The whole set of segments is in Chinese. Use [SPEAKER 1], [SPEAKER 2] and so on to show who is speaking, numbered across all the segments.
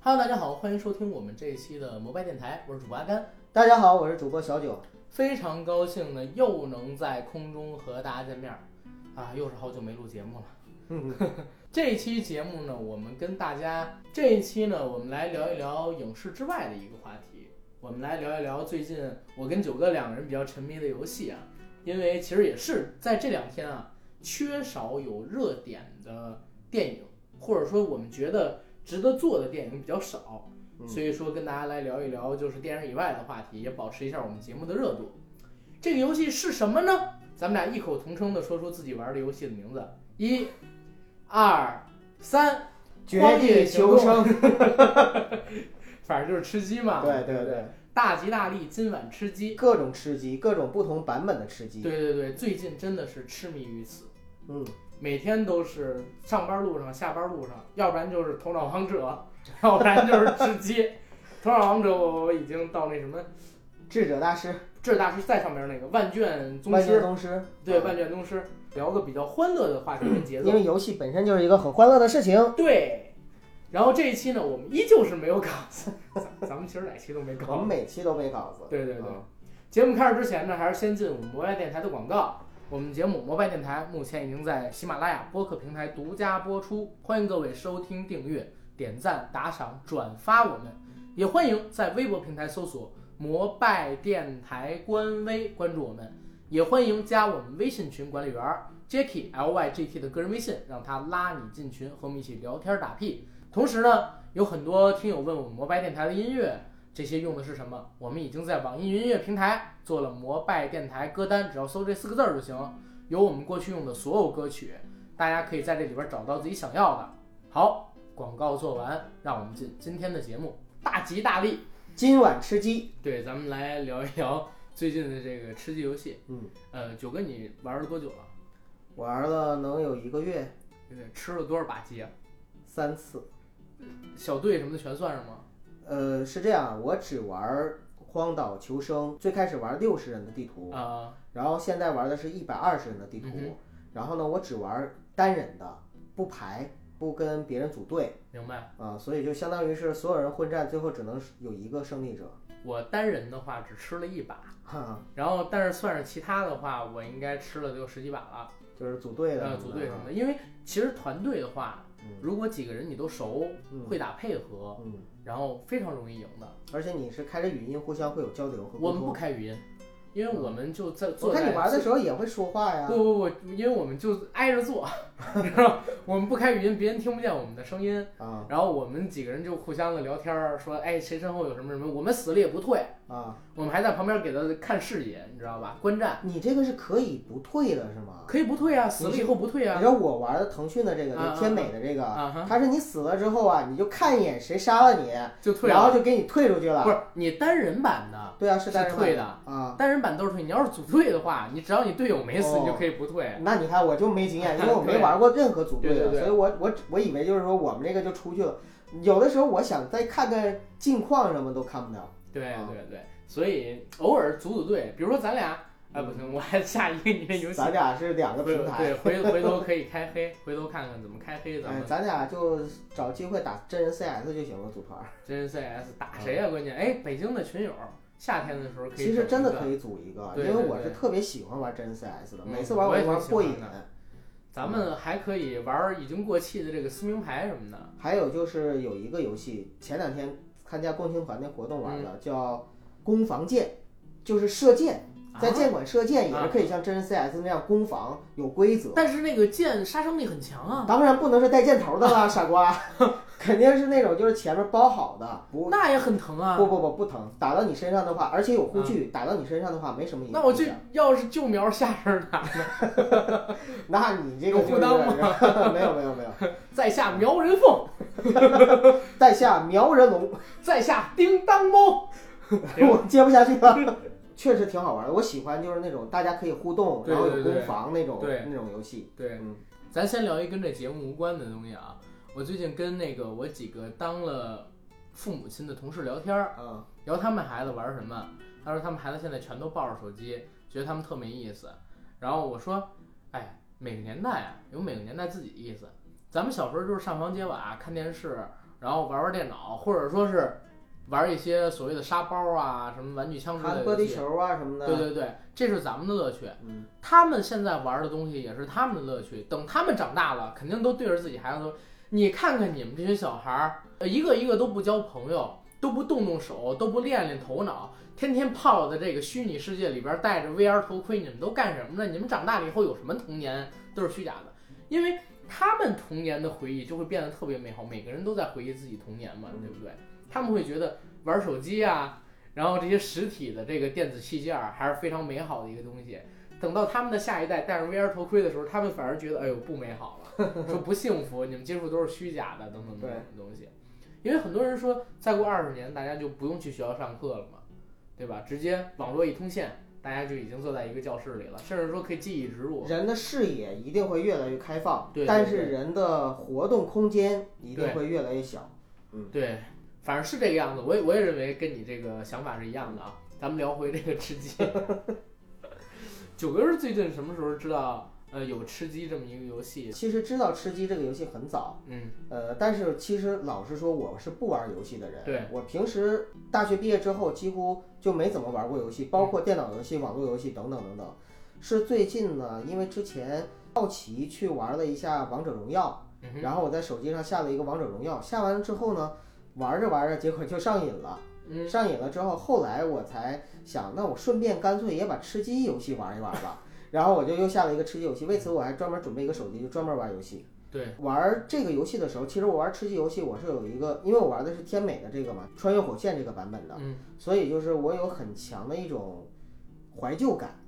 [SPEAKER 1] 欢迎收听我们这一期的摩拜电台，我是主播阿甘。
[SPEAKER 2] 大家好，我是主播小九。
[SPEAKER 1] 非常高兴呢，又能在空中和大家见面儿，啊，又是好久没录节目了。
[SPEAKER 2] 嗯，
[SPEAKER 1] 这一期节目呢，我们跟大家这一期呢，我们来聊一聊影视之外的一个话题。我们来聊一聊最近我跟九哥两个人比较沉迷的游戏啊，因为其实也是在这两天啊，缺少有热点的电影，或者说我们觉得值得做的电影比较少，
[SPEAKER 2] 嗯
[SPEAKER 1] 所以说跟大家来聊一聊就是电影以外的话题，也保持一下我们节目的热度。这个游戏是什么呢？咱们俩异口同声的说出自己玩的游戏的名字，一。二三，
[SPEAKER 2] 绝地求生。
[SPEAKER 1] 反正就是吃鸡嘛。
[SPEAKER 2] 对对，对，
[SPEAKER 1] 大吉大利，今晚吃鸡。
[SPEAKER 2] 各种吃鸡，各种不同版本的吃鸡。
[SPEAKER 1] 对对对，最近真的是痴迷于此，
[SPEAKER 2] 嗯，
[SPEAKER 1] 每天都是上班路上、下班路上，要不然就是头脑王者，要不然就是吃鸡。 头脑王者我已经到那什么，
[SPEAKER 2] 智者大师、
[SPEAKER 1] 这大师在上面那个万卷宗
[SPEAKER 2] 万
[SPEAKER 1] 师
[SPEAKER 2] 剑，宗师。
[SPEAKER 1] 对
[SPEAKER 2] 嗯
[SPEAKER 1] 万卷宗师，聊个比较欢乐的话题跟节奏
[SPEAKER 2] 因。为游戏本身就是一个很欢乐的事情。
[SPEAKER 1] 对，然后这一期呢，我们依旧是没有稿子，咱咱们其实哪期都没
[SPEAKER 2] 我
[SPEAKER 1] 稿
[SPEAKER 2] 们。每期都背稿子。
[SPEAKER 1] 对对对
[SPEAKER 2] 嗯，
[SPEAKER 1] 节目开始之前呢，还是先进我们摩拜电台的广告。我们节目《摩拜电台》目前已经在喜马拉雅播客平台独家播出，欢迎各位收听、订阅、点赞、打赏、转发我们，也欢迎在微博平台搜索“摩拜电台”官微关注我们，也欢迎加我们微信群管理员 Jacky L Y G T 的个人微信，让他拉你进群，和我们一起聊天打屁。同时呢，有很多听友问我们摩拜电台的音乐，这些用的是什么？我们已经在网易云音乐平台做了摩拜电台歌单，只要搜这四个字儿就行，有我们过去用的所有歌曲，大家可以在这里边找到自己想要的。好，广告做完，让我们进今天的节目，大吉大利。
[SPEAKER 2] 今晚吃鸡。
[SPEAKER 1] 对，咱们来聊一聊最近的这个吃鸡游戏。
[SPEAKER 2] 嗯，
[SPEAKER 1] 呃，九哥，你玩了多久了？
[SPEAKER 2] 玩了能有一个月
[SPEAKER 1] 对，吃了多少把鸡啊？
[SPEAKER 2] 三次。
[SPEAKER 1] 小队什么的全算上吗？
[SPEAKER 2] 呃，是这样啊，我只玩荒岛求生，最开始玩六十人的地图，
[SPEAKER 1] 啊、
[SPEAKER 2] 然后现在玩的是一百二十人的地图，
[SPEAKER 1] 嗯
[SPEAKER 2] 然后呢，我只玩单人的，不排，不跟别人组队
[SPEAKER 1] 明白。
[SPEAKER 2] 啊、所以就相当于是所有人混战，最后只能是有一个胜利者。
[SPEAKER 1] 我单人的话只吃了一把，
[SPEAKER 2] 哈，
[SPEAKER 1] 然后但是算上其他的话，我应该吃了得有十几把了。
[SPEAKER 2] 就是组队的
[SPEAKER 1] 呃，
[SPEAKER 2] 什么的
[SPEAKER 1] 组队什么
[SPEAKER 2] 啊
[SPEAKER 1] 的。因为其实团队的话，
[SPEAKER 2] 嗯
[SPEAKER 1] 如果几个人你都熟，
[SPEAKER 2] 嗯
[SPEAKER 1] 会打配合，
[SPEAKER 2] 嗯，
[SPEAKER 1] 然后非常容易赢的。
[SPEAKER 2] 而且你是开着语音互相会有交流和
[SPEAKER 1] 我
[SPEAKER 2] 沟
[SPEAKER 1] 们不
[SPEAKER 2] 通。
[SPEAKER 1] 开语音，因为我们就在
[SPEAKER 2] 我
[SPEAKER 1] 坐在。
[SPEAKER 2] 看你玩的时候也会说话呀
[SPEAKER 1] 不。不不，因为我们就挨着 坐，然后我们不开语音，别人听不见我们的声音。
[SPEAKER 2] 啊
[SPEAKER 1] 然后我们几个人就互相的聊天儿，说哎谁身后有什么什么，我们死了也不退，
[SPEAKER 2] 啊，
[SPEAKER 1] 我们还在旁边给他看视野，你知道吧？观战
[SPEAKER 2] 你这个是可以不退的是吗？
[SPEAKER 1] 可以不退啊，死了以后不退
[SPEAKER 2] 你
[SPEAKER 1] 啊
[SPEAKER 2] 知。道我玩的腾讯的这个，
[SPEAKER 1] 啊
[SPEAKER 2] 就天美的这个，
[SPEAKER 1] 啊哈，
[SPEAKER 2] 它是你死了之后啊，你就看一眼谁杀了你，
[SPEAKER 1] 就退
[SPEAKER 2] 然后
[SPEAKER 1] 了。
[SPEAKER 2] 就给你退出去
[SPEAKER 1] 不
[SPEAKER 2] 了。
[SPEAKER 1] 是你单人版的
[SPEAKER 2] 对啊，是单人版
[SPEAKER 1] 退的，
[SPEAKER 2] 啊。
[SPEAKER 1] 单人版都是退，你要是组队的话，你只要你队友没死，
[SPEAKER 2] 哦
[SPEAKER 1] 你就可以不退。
[SPEAKER 2] 那你看我就没经验，因为我没
[SPEAKER 1] 对
[SPEAKER 2] 玩过任何组队
[SPEAKER 1] 对对
[SPEAKER 2] 的，
[SPEAKER 1] 对
[SPEAKER 2] 所以我我我以为就是说我们这个就出去了。有的时候我想再看看近况什么都看不了。
[SPEAKER 1] 对
[SPEAKER 2] 哦
[SPEAKER 1] 对对，所以偶尔组组队，比如说咱俩，哎不行，我还下一个你这游戏，
[SPEAKER 2] 咱俩是两个
[SPEAKER 1] 对
[SPEAKER 2] 平台，
[SPEAKER 1] 对，回回头可以开黑，回头看看怎么开黑，咱
[SPEAKER 2] 哎，
[SPEAKER 1] 们
[SPEAKER 2] 咱俩就找机会打真人 CS 就行了，组团儿。
[SPEAKER 1] 真 CS 打谁呀？关键哎，北京的群友，夏天的时候可以。
[SPEAKER 2] 嗯其实真的可，以组一个，因
[SPEAKER 1] 对对
[SPEAKER 2] 为我
[SPEAKER 1] 对
[SPEAKER 2] 是特别喜欢玩真人 CS 的，
[SPEAKER 1] 嗯
[SPEAKER 2] 每次玩
[SPEAKER 1] 我也
[SPEAKER 2] 就玩
[SPEAKER 1] 挺喜
[SPEAKER 2] 过
[SPEAKER 1] 欢
[SPEAKER 2] 瘾。
[SPEAKER 1] 的咱们还可以玩已经过气的这个撕名牌什么的。
[SPEAKER 2] 还有就是有一个游戏，前两天参加共青团那活动玩
[SPEAKER 1] 嗯
[SPEAKER 2] 的，叫攻防剑，就是射箭，在
[SPEAKER 1] 啊，
[SPEAKER 2] 剑馆射箭也是可以像真人 CS 那样攻防，有规则。
[SPEAKER 1] 但是那个剑杀伤力很强啊，
[SPEAKER 2] 当然不能是带箭头 的啦，傻瓜， 肯定是那种就是前面包好的，不
[SPEAKER 1] 那也很疼啊
[SPEAKER 2] 不。不不不疼，打到你身上的话，而且有护具，打到你身上的话没什么影响。
[SPEAKER 1] 那我就要是就瞄下身打，
[SPEAKER 2] 那你这个
[SPEAKER 1] 有
[SPEAKER 2] 就
[SPEAKER 1] 裤
[SPEAKER 2] 是
[SPEAKER 1] 裆
[SPEAKER 2] 没有没有没有，
[SPEAKER 1] 在下瞄人凤，
[SPEAKER 2] 在下苗人龙，
[SPEAKER 1] 在下叮当猫。行
[SPEAKER 2] 我接不下去了。 确实挺好玩的，我喜欢就是那种大家可以互动，
[SPEAKER 1] 对
[SPEAKER 2] 然后
[SPEAKER 1] 对
[SPEAKER 2] 有
[SPEAKER 1] 对
[SPEAKER 2] 攻防那种
[SPEAKER 1] 对
[SPEAKER 2] 那种游戏。
[SPEAKER 1] 对，
[SPEAKER 2] 嗯
[SPEAKER 1] 咱先聊一跟这节目无关的东西啊。我最近跟那个我几个当了父母亲的同事聊天儿，
[SPEAKER 2] 啊
[SPEAKER 1] 聊他们孩子玩什么。他说他们孩子现在全都抱着手机，觉得他们特没意思。然后我说，哎，每个年代啊有每个年代自己的意思。咱们小时候就是上房揭瓦、看电视，然后玩玩电脑，或者说是玩一些所谓的沙包啊、什么玩具枪之类
[SPEAKER 2] 弹
[SPEAKER 1] 的
[SPEAKER 2] 玻
[SPEAKER 1] 游
[SPEAKER 2] 璃
[SPEAKER 1] 戏。
[SPEAKER 2] 球啊什么的。
[SPEAKER 1] 对对对，这是咱们的乐趣。
[SPEAKER 2] 嗯，
[SPEAKER 1] 他们现在玩的东西也是他们的乐趣。等他们长大了，肯定都对着自己孩子说：“你看看你们这些小孩儿，呃一个一个都不交朋友，都不动动手，都不练练头脑，天天泡在这个虚拟世界里边，戴着 VR 头盔，你们都干什么呢？你们长大了以后有什么童年都是虚假的，因为他们童年的回忆就会变得特别美好。每个人都在回忆自己童年嘛，对不对？他们会觉得玩手机啊，然后这些实体的这个电子器件儿还是非常美好的一个东西。等到他们的下一代戴上 VR 头盔的时候，他们反而觉得哎呦不美好了，说不幸福，你们接触都是虚假的等等等等的东西。因为很多人说，再过二十年大家就不用去学校上课了嘛，对吧？直接网络一通线，大家就已经坐在一个教室里了，甚至说可以记忆植入。
[SPEAKER 2] 人的视野一定会越来越开放，
[SPEAKER 1] 对对
[SPEAKER 2] 但是
[SPEAKER 1] 对
[SPEAKER 2] 人的活动空间一定
[SPEAKER 1] 对
[SPEAKER 2] 会越来越小。
[SPEAKER 1] 对，反正是这个样子。我也我也认为跟你这个想法是一样的啊。咱们聊回这个吃鸡。 九哥是最近什么时候知道呃有吃鸡这么一个游戏？
[SPEAKER 2] 其实知道吃鸡这个游戏很早，
[SPEAKER 1] 嗯
[SPEAKER 2] 呃，但是其实老实说，我是不玩游戏的人。
[SPEAKER 1] 对，
[SPEAKER 2] 我平时大学毕业之后几乎就没怎么玩过游戏，
[SPEAKER 1] 嗯
[SPEAKER 2] 包括电脑游戏、网络游戏等等等等。是最近呢，因为之前好奇去玩了一下王者荣耀，
[SPEAKER 1] 嗯哼
[SPEAKER 2] 然后我在手机上下了一个王者荣耀，下完之后呢，玩着玩着，结果就上瘾了。
[SPEAKER 1] 嗯
[SPEAKER 2] 上瘾了之后，后来我才想，那我顺便干脆也把吃鸡游戏玩一玩吧。 然后我就又下了一个吃鸡游戏，为此我还专门准备一个手机，就专门玩游戏。
[SPEAKER 1] 对，
[SPEAKER 2] 玩这个游戏的时候，其实我玩吃鸡游戏，我是有一个，因为我玩的是天美的这个嘛，穿越火线这个版本的，
[SPEAKER 1] 嗯
[SPEAKER 2] 所以就是我有很强的一种怀旧感。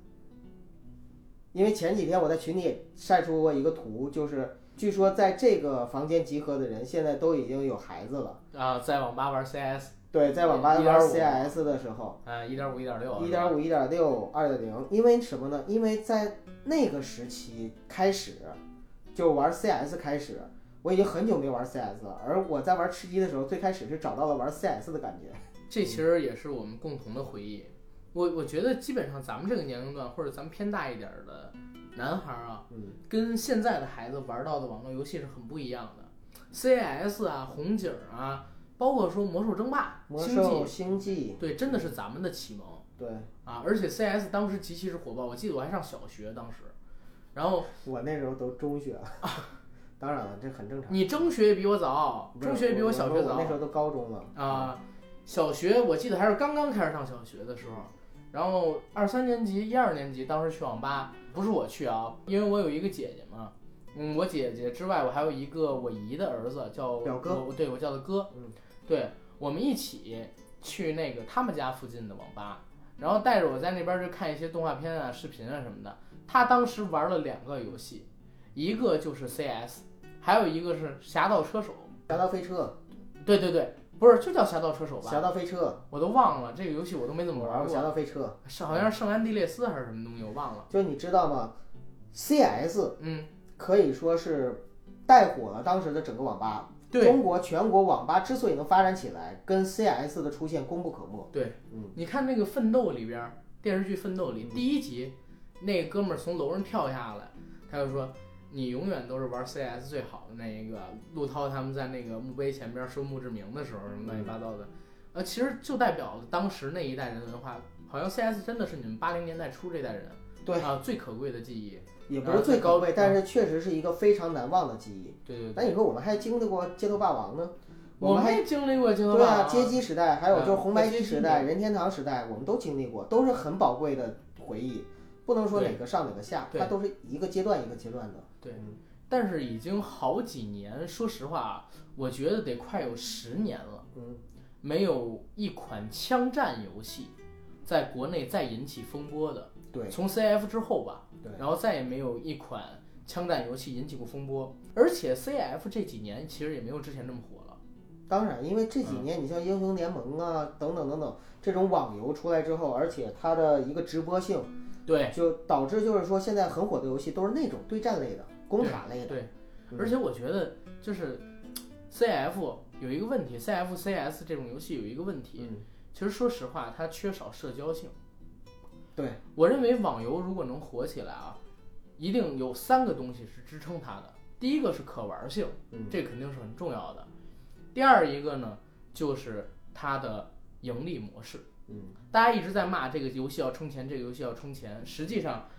[SPEAKER 2] 因为前几天我在群里也晒出过一个图，就是据说在这个房间集合的人现在都已经有孩子了。
[SPEAKER 1] 啊，在网吧玩 CS
[SPEAKER 2] 对，在网吧玩
[SPEAKER 1] 1.5
[SPEAKER 2] CS 的时候，
[SPEAKER 1] 啊，一点五一点六，
[SPEAKER 2] 一点五、一点六、二点零，因为什么呢？因为在那个时期开始，就玩 CS 开始，我已经很久没玩 CS 了。而我在玩吃鸡的时候，最开始是找到了玩 CS 的感觉。
[SPEAKER 1] 这其实也是我们共同的回忆。我我觉得基本上咱们这个年龄段，或者咱们偏大一点儿的男孩儿啊，
[SPEAKER 2] 嗯，
[SPEAKER 1] 跟现在的孩子玩到的网络游戏是很不一样的。CS 啊，红警啊，包括说魔兽争霸、
[SPEAKER 2] 魔
[SPEAKER 1] 星
[SPEAKER 2] 兽、
[SPEAKER 1] 际，
[SPEAKER 2] 星际，
[SPEAKER 1] 对，真的是咱们的启蒙
[SPEAKER 2] 对
[SPEAKER 1] 啊！而且 CS 当时极其是火爆，我记得我还上小学当时。然后
[SPEAKER 2] 我那时候都中学了， 当然了，这很正常。
[SPEAKER 1] 啊你中学也比我早，
[SPEAKER 2] 不是
[SPEAKER 1] 中学也比
[SPEAKER 2] 我
[SPEAKER 1] 小
[SPEAKER 2] 我
[SPEAKER 1] 学
[SPEAKER 2] 说我
[SPEAKER 1] 早
[SPEAKER 2] 那时候都高中了。
[SPEAKER 1] 啊。小学我记得还是刚刚开始上小学的时候，然后二三年级、一二年级，当时去网吧，不是我去啊，因为我有一个姐姐嘛，嗯，我姐姐之外，我还有一个我姨的儿子叫
[SPEAKER 2] 表哥，
[SPEAKER 1] 我对我叫他哥，
[SPEAKER 2] 嗯，
[SPEAKER 1] 对，我们一起去那个他们家附近的网吧，然后带着我在那边就看一些动画片啊、视频啊什么的。他当时玩了两个游戏，一个就是 CS，还有一个是《侠盗车手
[SPEAKER 2] 侠盗飞车，》。
[SPEAKER 1] 对对对，不是就叫《侠盗车手》吧？
[SPEAKER 2] 侠盗飞车，
[SPEAKER 1] 我都忘了这个游戏，我都没怎么
[SPEAKER 2] 我玩
[SPEAKER 1] 玩
[SPEAKER 2] 过侠
[SPEAKER 1] 过。
[SPEAKER 2] 盗飞车。
[SPEAKER 1] 是好像是圣安地列斯还是什么东西，我忘了。
[SPEAKER 2] 就你知道吗？CS
[SPEAKER 1] 嗯，
[SPEAKER 2] 可以说是带火了当时的整个网吧。
[SPEAKER 1] 对，
[SPEAKER 2] 中国全国网吧之所以能发展起来，跟 CS 的出现功不可没。
[SPEAKER 1] 你看那个《奋斗》里边儿，电视剧《奋斗》里
[SPEAKER 2] 嗯
[SPEAKER 1] 第一集，那哥们儿从楼上跳下来，他就说：“你永远都是玩 CS 最好的那一个。”陆涛他们在那个墓碑前边说墓志铭的时候，什么乱七八糟的，呃，其实就代表了当时那一代人的文化。好像 CS 真的是你们八零年代初这代人
[SPEAKER 2] 对
[SPEAKER 1] 啊最可贵的记忆。
[SPEAKER 2] 也不是
[SPEAKER 1] 然后
[SPEAKER 2] 最高
[SPEAKER 1] 再高
[SPEAKER 2] 位，但是确实是一个非常难忘的记忆。
[SPEAKER 1] 对啊对
[SPEAKER 2] 那
[SPEAKER 1] 对，
[SPEAKER 2] 你说我们还经历过街头霸王呢？
[SPEAKER 1] 我们
[SPEAKER 2] 们还
[SPEAKER 1] 也经历过街头
[SPEAKER 2] 对
[SPEAKER 1] 霸
[SPEAKER 2] 啊，
[SPEAKER 1] 王
[SPEAKER 2] 街机时代，还有就是红白机时代、
[SPEAKER 1] 嗯
[SPEAKER 2] 任天堂时代，我们都经历过，都是很宝贵的回忆。不能说
[SPEAKER 1] 对
[SPEAKER 2] 哪个上哪个下，
[SPEAKER 1] 对
[SPEAKER 2] 它都是一个阶段一个阶段的。
[SPEAKER 1] 对
[SPEAKER 2] 嗯
[SPEAKER 1] 但是已经好几年，说实话，我觉得得快有十年了。
[SPEAKER 2] 嗯，
[SPEAKER 1] 没有一款枪战游戏在国内再引起风波的，
[SPEAKER 2] 对
[SPEAKER 1] 从 CF 之后吧，
[SPEAKER 2] 对
[SPEAKER 1] 然后再也没有一款枪战游戏引起过风波，而且 CF 这几年其实也没有之前这么火了，
[SPEAKER 2] 当然，因为这几
[SPEAKER 1] 嗯
[SPEAKER 2] 年你像英雄联盟啊等等等等这种网游出来之后，而且它的一个直播性。
[SPEAKER 1] 对
[SPEAKER 2] 就导致就是说现在很火的游戏都是那种对战类的、攻塔类的。
[SPEAKER 1] 对，
[SPEAKER 2] 嗯
[SPEAKER 1] 而且我觉得就是 CF 有一个问题，CF、CS 这种游戏有一个问题，
[SPEAKER 2] 嗯，
[SPEAKER 1] 其实说实话，它缺少社交性。
[SPEAKER 2] 对，
[SPEAKER 1] 我认为网游如果能火起来啊，一定有三个东西是支撑它的。第一个是可玩性，
[SPEAKER 2] 嗯
[SPEAKER 1] 这肯定是很重要的。第二一个呢，就是它的盈利模式。
[SPEAKER 2] 嗯
[SPEAKER 1] 大家一直在骂这个游戏要充钱，这个游戏要充钱，实际上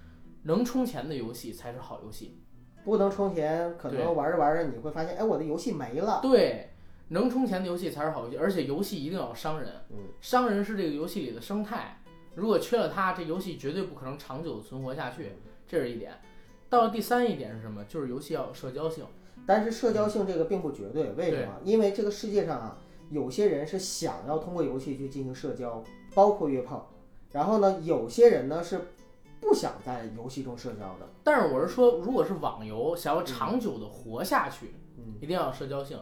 [SPEAKER 1] 能充钱的游戏才是好游戏。
[SPEAKER 2] 不能充钱，可
[SPEAKER 1] 对
[SPEAKER 2] 能玩着玩着你会发现，哎，我的游戏没了。
[SPEAKER 1] 对，能充钱的游戏才是好游戏，而且游戏一定要伤人。
[SPEAKER 2] 嗯，
[SPEAKER 1] 商人是这个游戏里的生态，如果缺了它，这游戏绝对不可能长久存活下去，
[SPEAKER 2] 嗯
[SPEAKER 1] 这是一点。到了第三一点是什么？就是游戏要有社交性。
[SPEAKER 2] 但是社交性这个并不绝对，为什么？因为这个世界上啊，有些人是想要通过游戏去进行社交，包括约炮。然后呢，有些人呢是不想在游戏中社交的。
[SPEAKER 1] 但是我是说，如果是网游，想要长久的活下去，
[SPEAKER 2] 嗯
[SPEAKER 1] 一定要有社交性。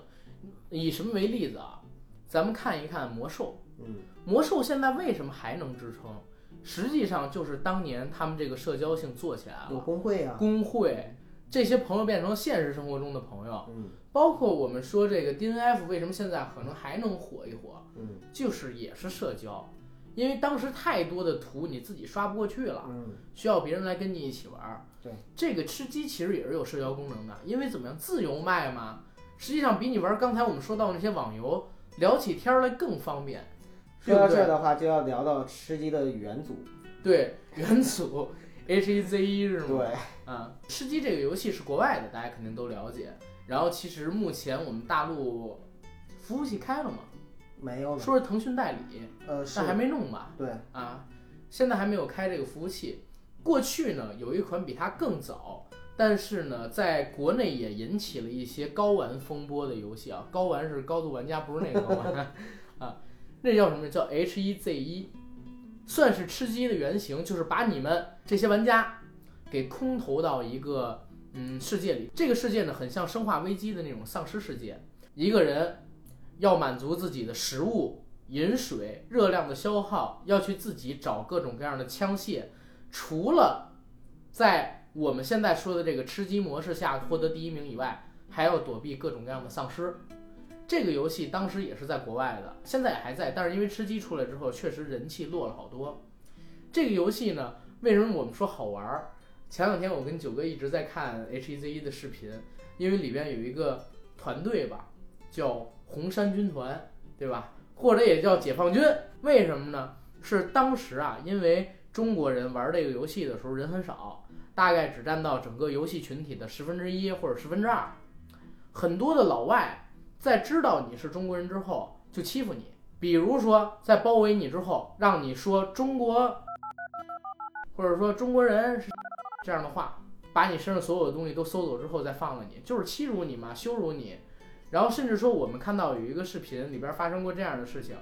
[SPEAKER 1] 以什么为例子啊？咱们看一看魔兽。
[SPEAKER 2] 嗯
[SPEAKER 1] 魔兽现在为什么还能支撑？实际上就是当年他们这个社交性做起来
[SPEAKER 2] 有
[SPEAKER 1] 了，
[SPEAKER 2] 工会啊，
[SPEAKER 1] 工会这些朋友变成现实生活中的朋友，
[SPEAKER 2] 嗯
[SPEAKER 1] 包括我们说这个 DNF 为什么现在可能还能火一火，
[SPEAKER 2] 嗯
[SPEAKER 1] 就是也是社交，因为当时太多的图你自己刷不过去了，
[SPEAKER 2] 嗯，
[SPEAKER 1] 需要别人来跟你一起玩儿。
[SPEAKER 2] 对，
[SPEAKER 1] 这个吃鸡其实也是有社交功能的，因为怎么样，自由卖嘛，实际上比你玩儿刚才我们说到那些网游聊起天儿来更方便。
[SPEAKER 2] 说到
[SPEAKER 1] 对不
[SPEAKER 2] 这
[SPEAKER 1] 对
[SPEAKER 2] 儿的话，就要聊到吃鸡的元祖。
[SPEAKER 1] 对，元祖 H E Z E 是吗？
[SPEAKER 2] 对，
[SPEAKER 1] 啊，吃鸡这个游戏是国外的，大家肯定都了解。然后其实目前我们大陆服务器开了嘛，
[SPEAKER 2] 没有了。
[SPEAKER 1] 说是腾讯代理，
[SPEAKER 2] 呃，是
[SPEAKER 1] 但还没弄吧？
[SPEAKER 2] 对，
[SPEAKER 1] 啊，现在还没有开这个服务器。过去呢，有一款比它更早，但是呢，在国内也引起了一些高玩风波的游戏啊。高玩是高度玩家，不是那个高玩啊，那叫什么？叫 H 1 Z 1算是吃鸡的原型，就是把你们这些玩家给空投到一个嗯世界里。这个世界呢，很像《生化危机》的那种丧尸世界，一个人要满足自己的食物、饮水、热量的消耗，要去自己找各种各样的枪械。除了在我们现在说的这个吃鸡模式下获得第一名以外，还要躲避各种各样的丧尸。这个游戏当时也是在国外的，现在也还在，但是因为吃鸡出来之后，确实人气落了好多。这个游戏呢，为什么我们说好玩儿？前两天我跟九哥一直在看 H E Z 一的视频，因为里边有一个团队吧，叫红山军团，对吧？或者也叫解放军。为什么呢？是当时啊，因为中国人玩这个游戏的时候人很少，大概只占到整个游戏群体的十分之一或者十分之二。很多的老外在知道你是中国人之后就欺负你，比如说在包围你之后，让你说中国，或者说中国人是这样的话，把你身上所有的东西都搜走之后再放了你，就是欺辱你嘛，羞辱你。然后甚至说，我们看到有一个视频里边发生过这样的事情，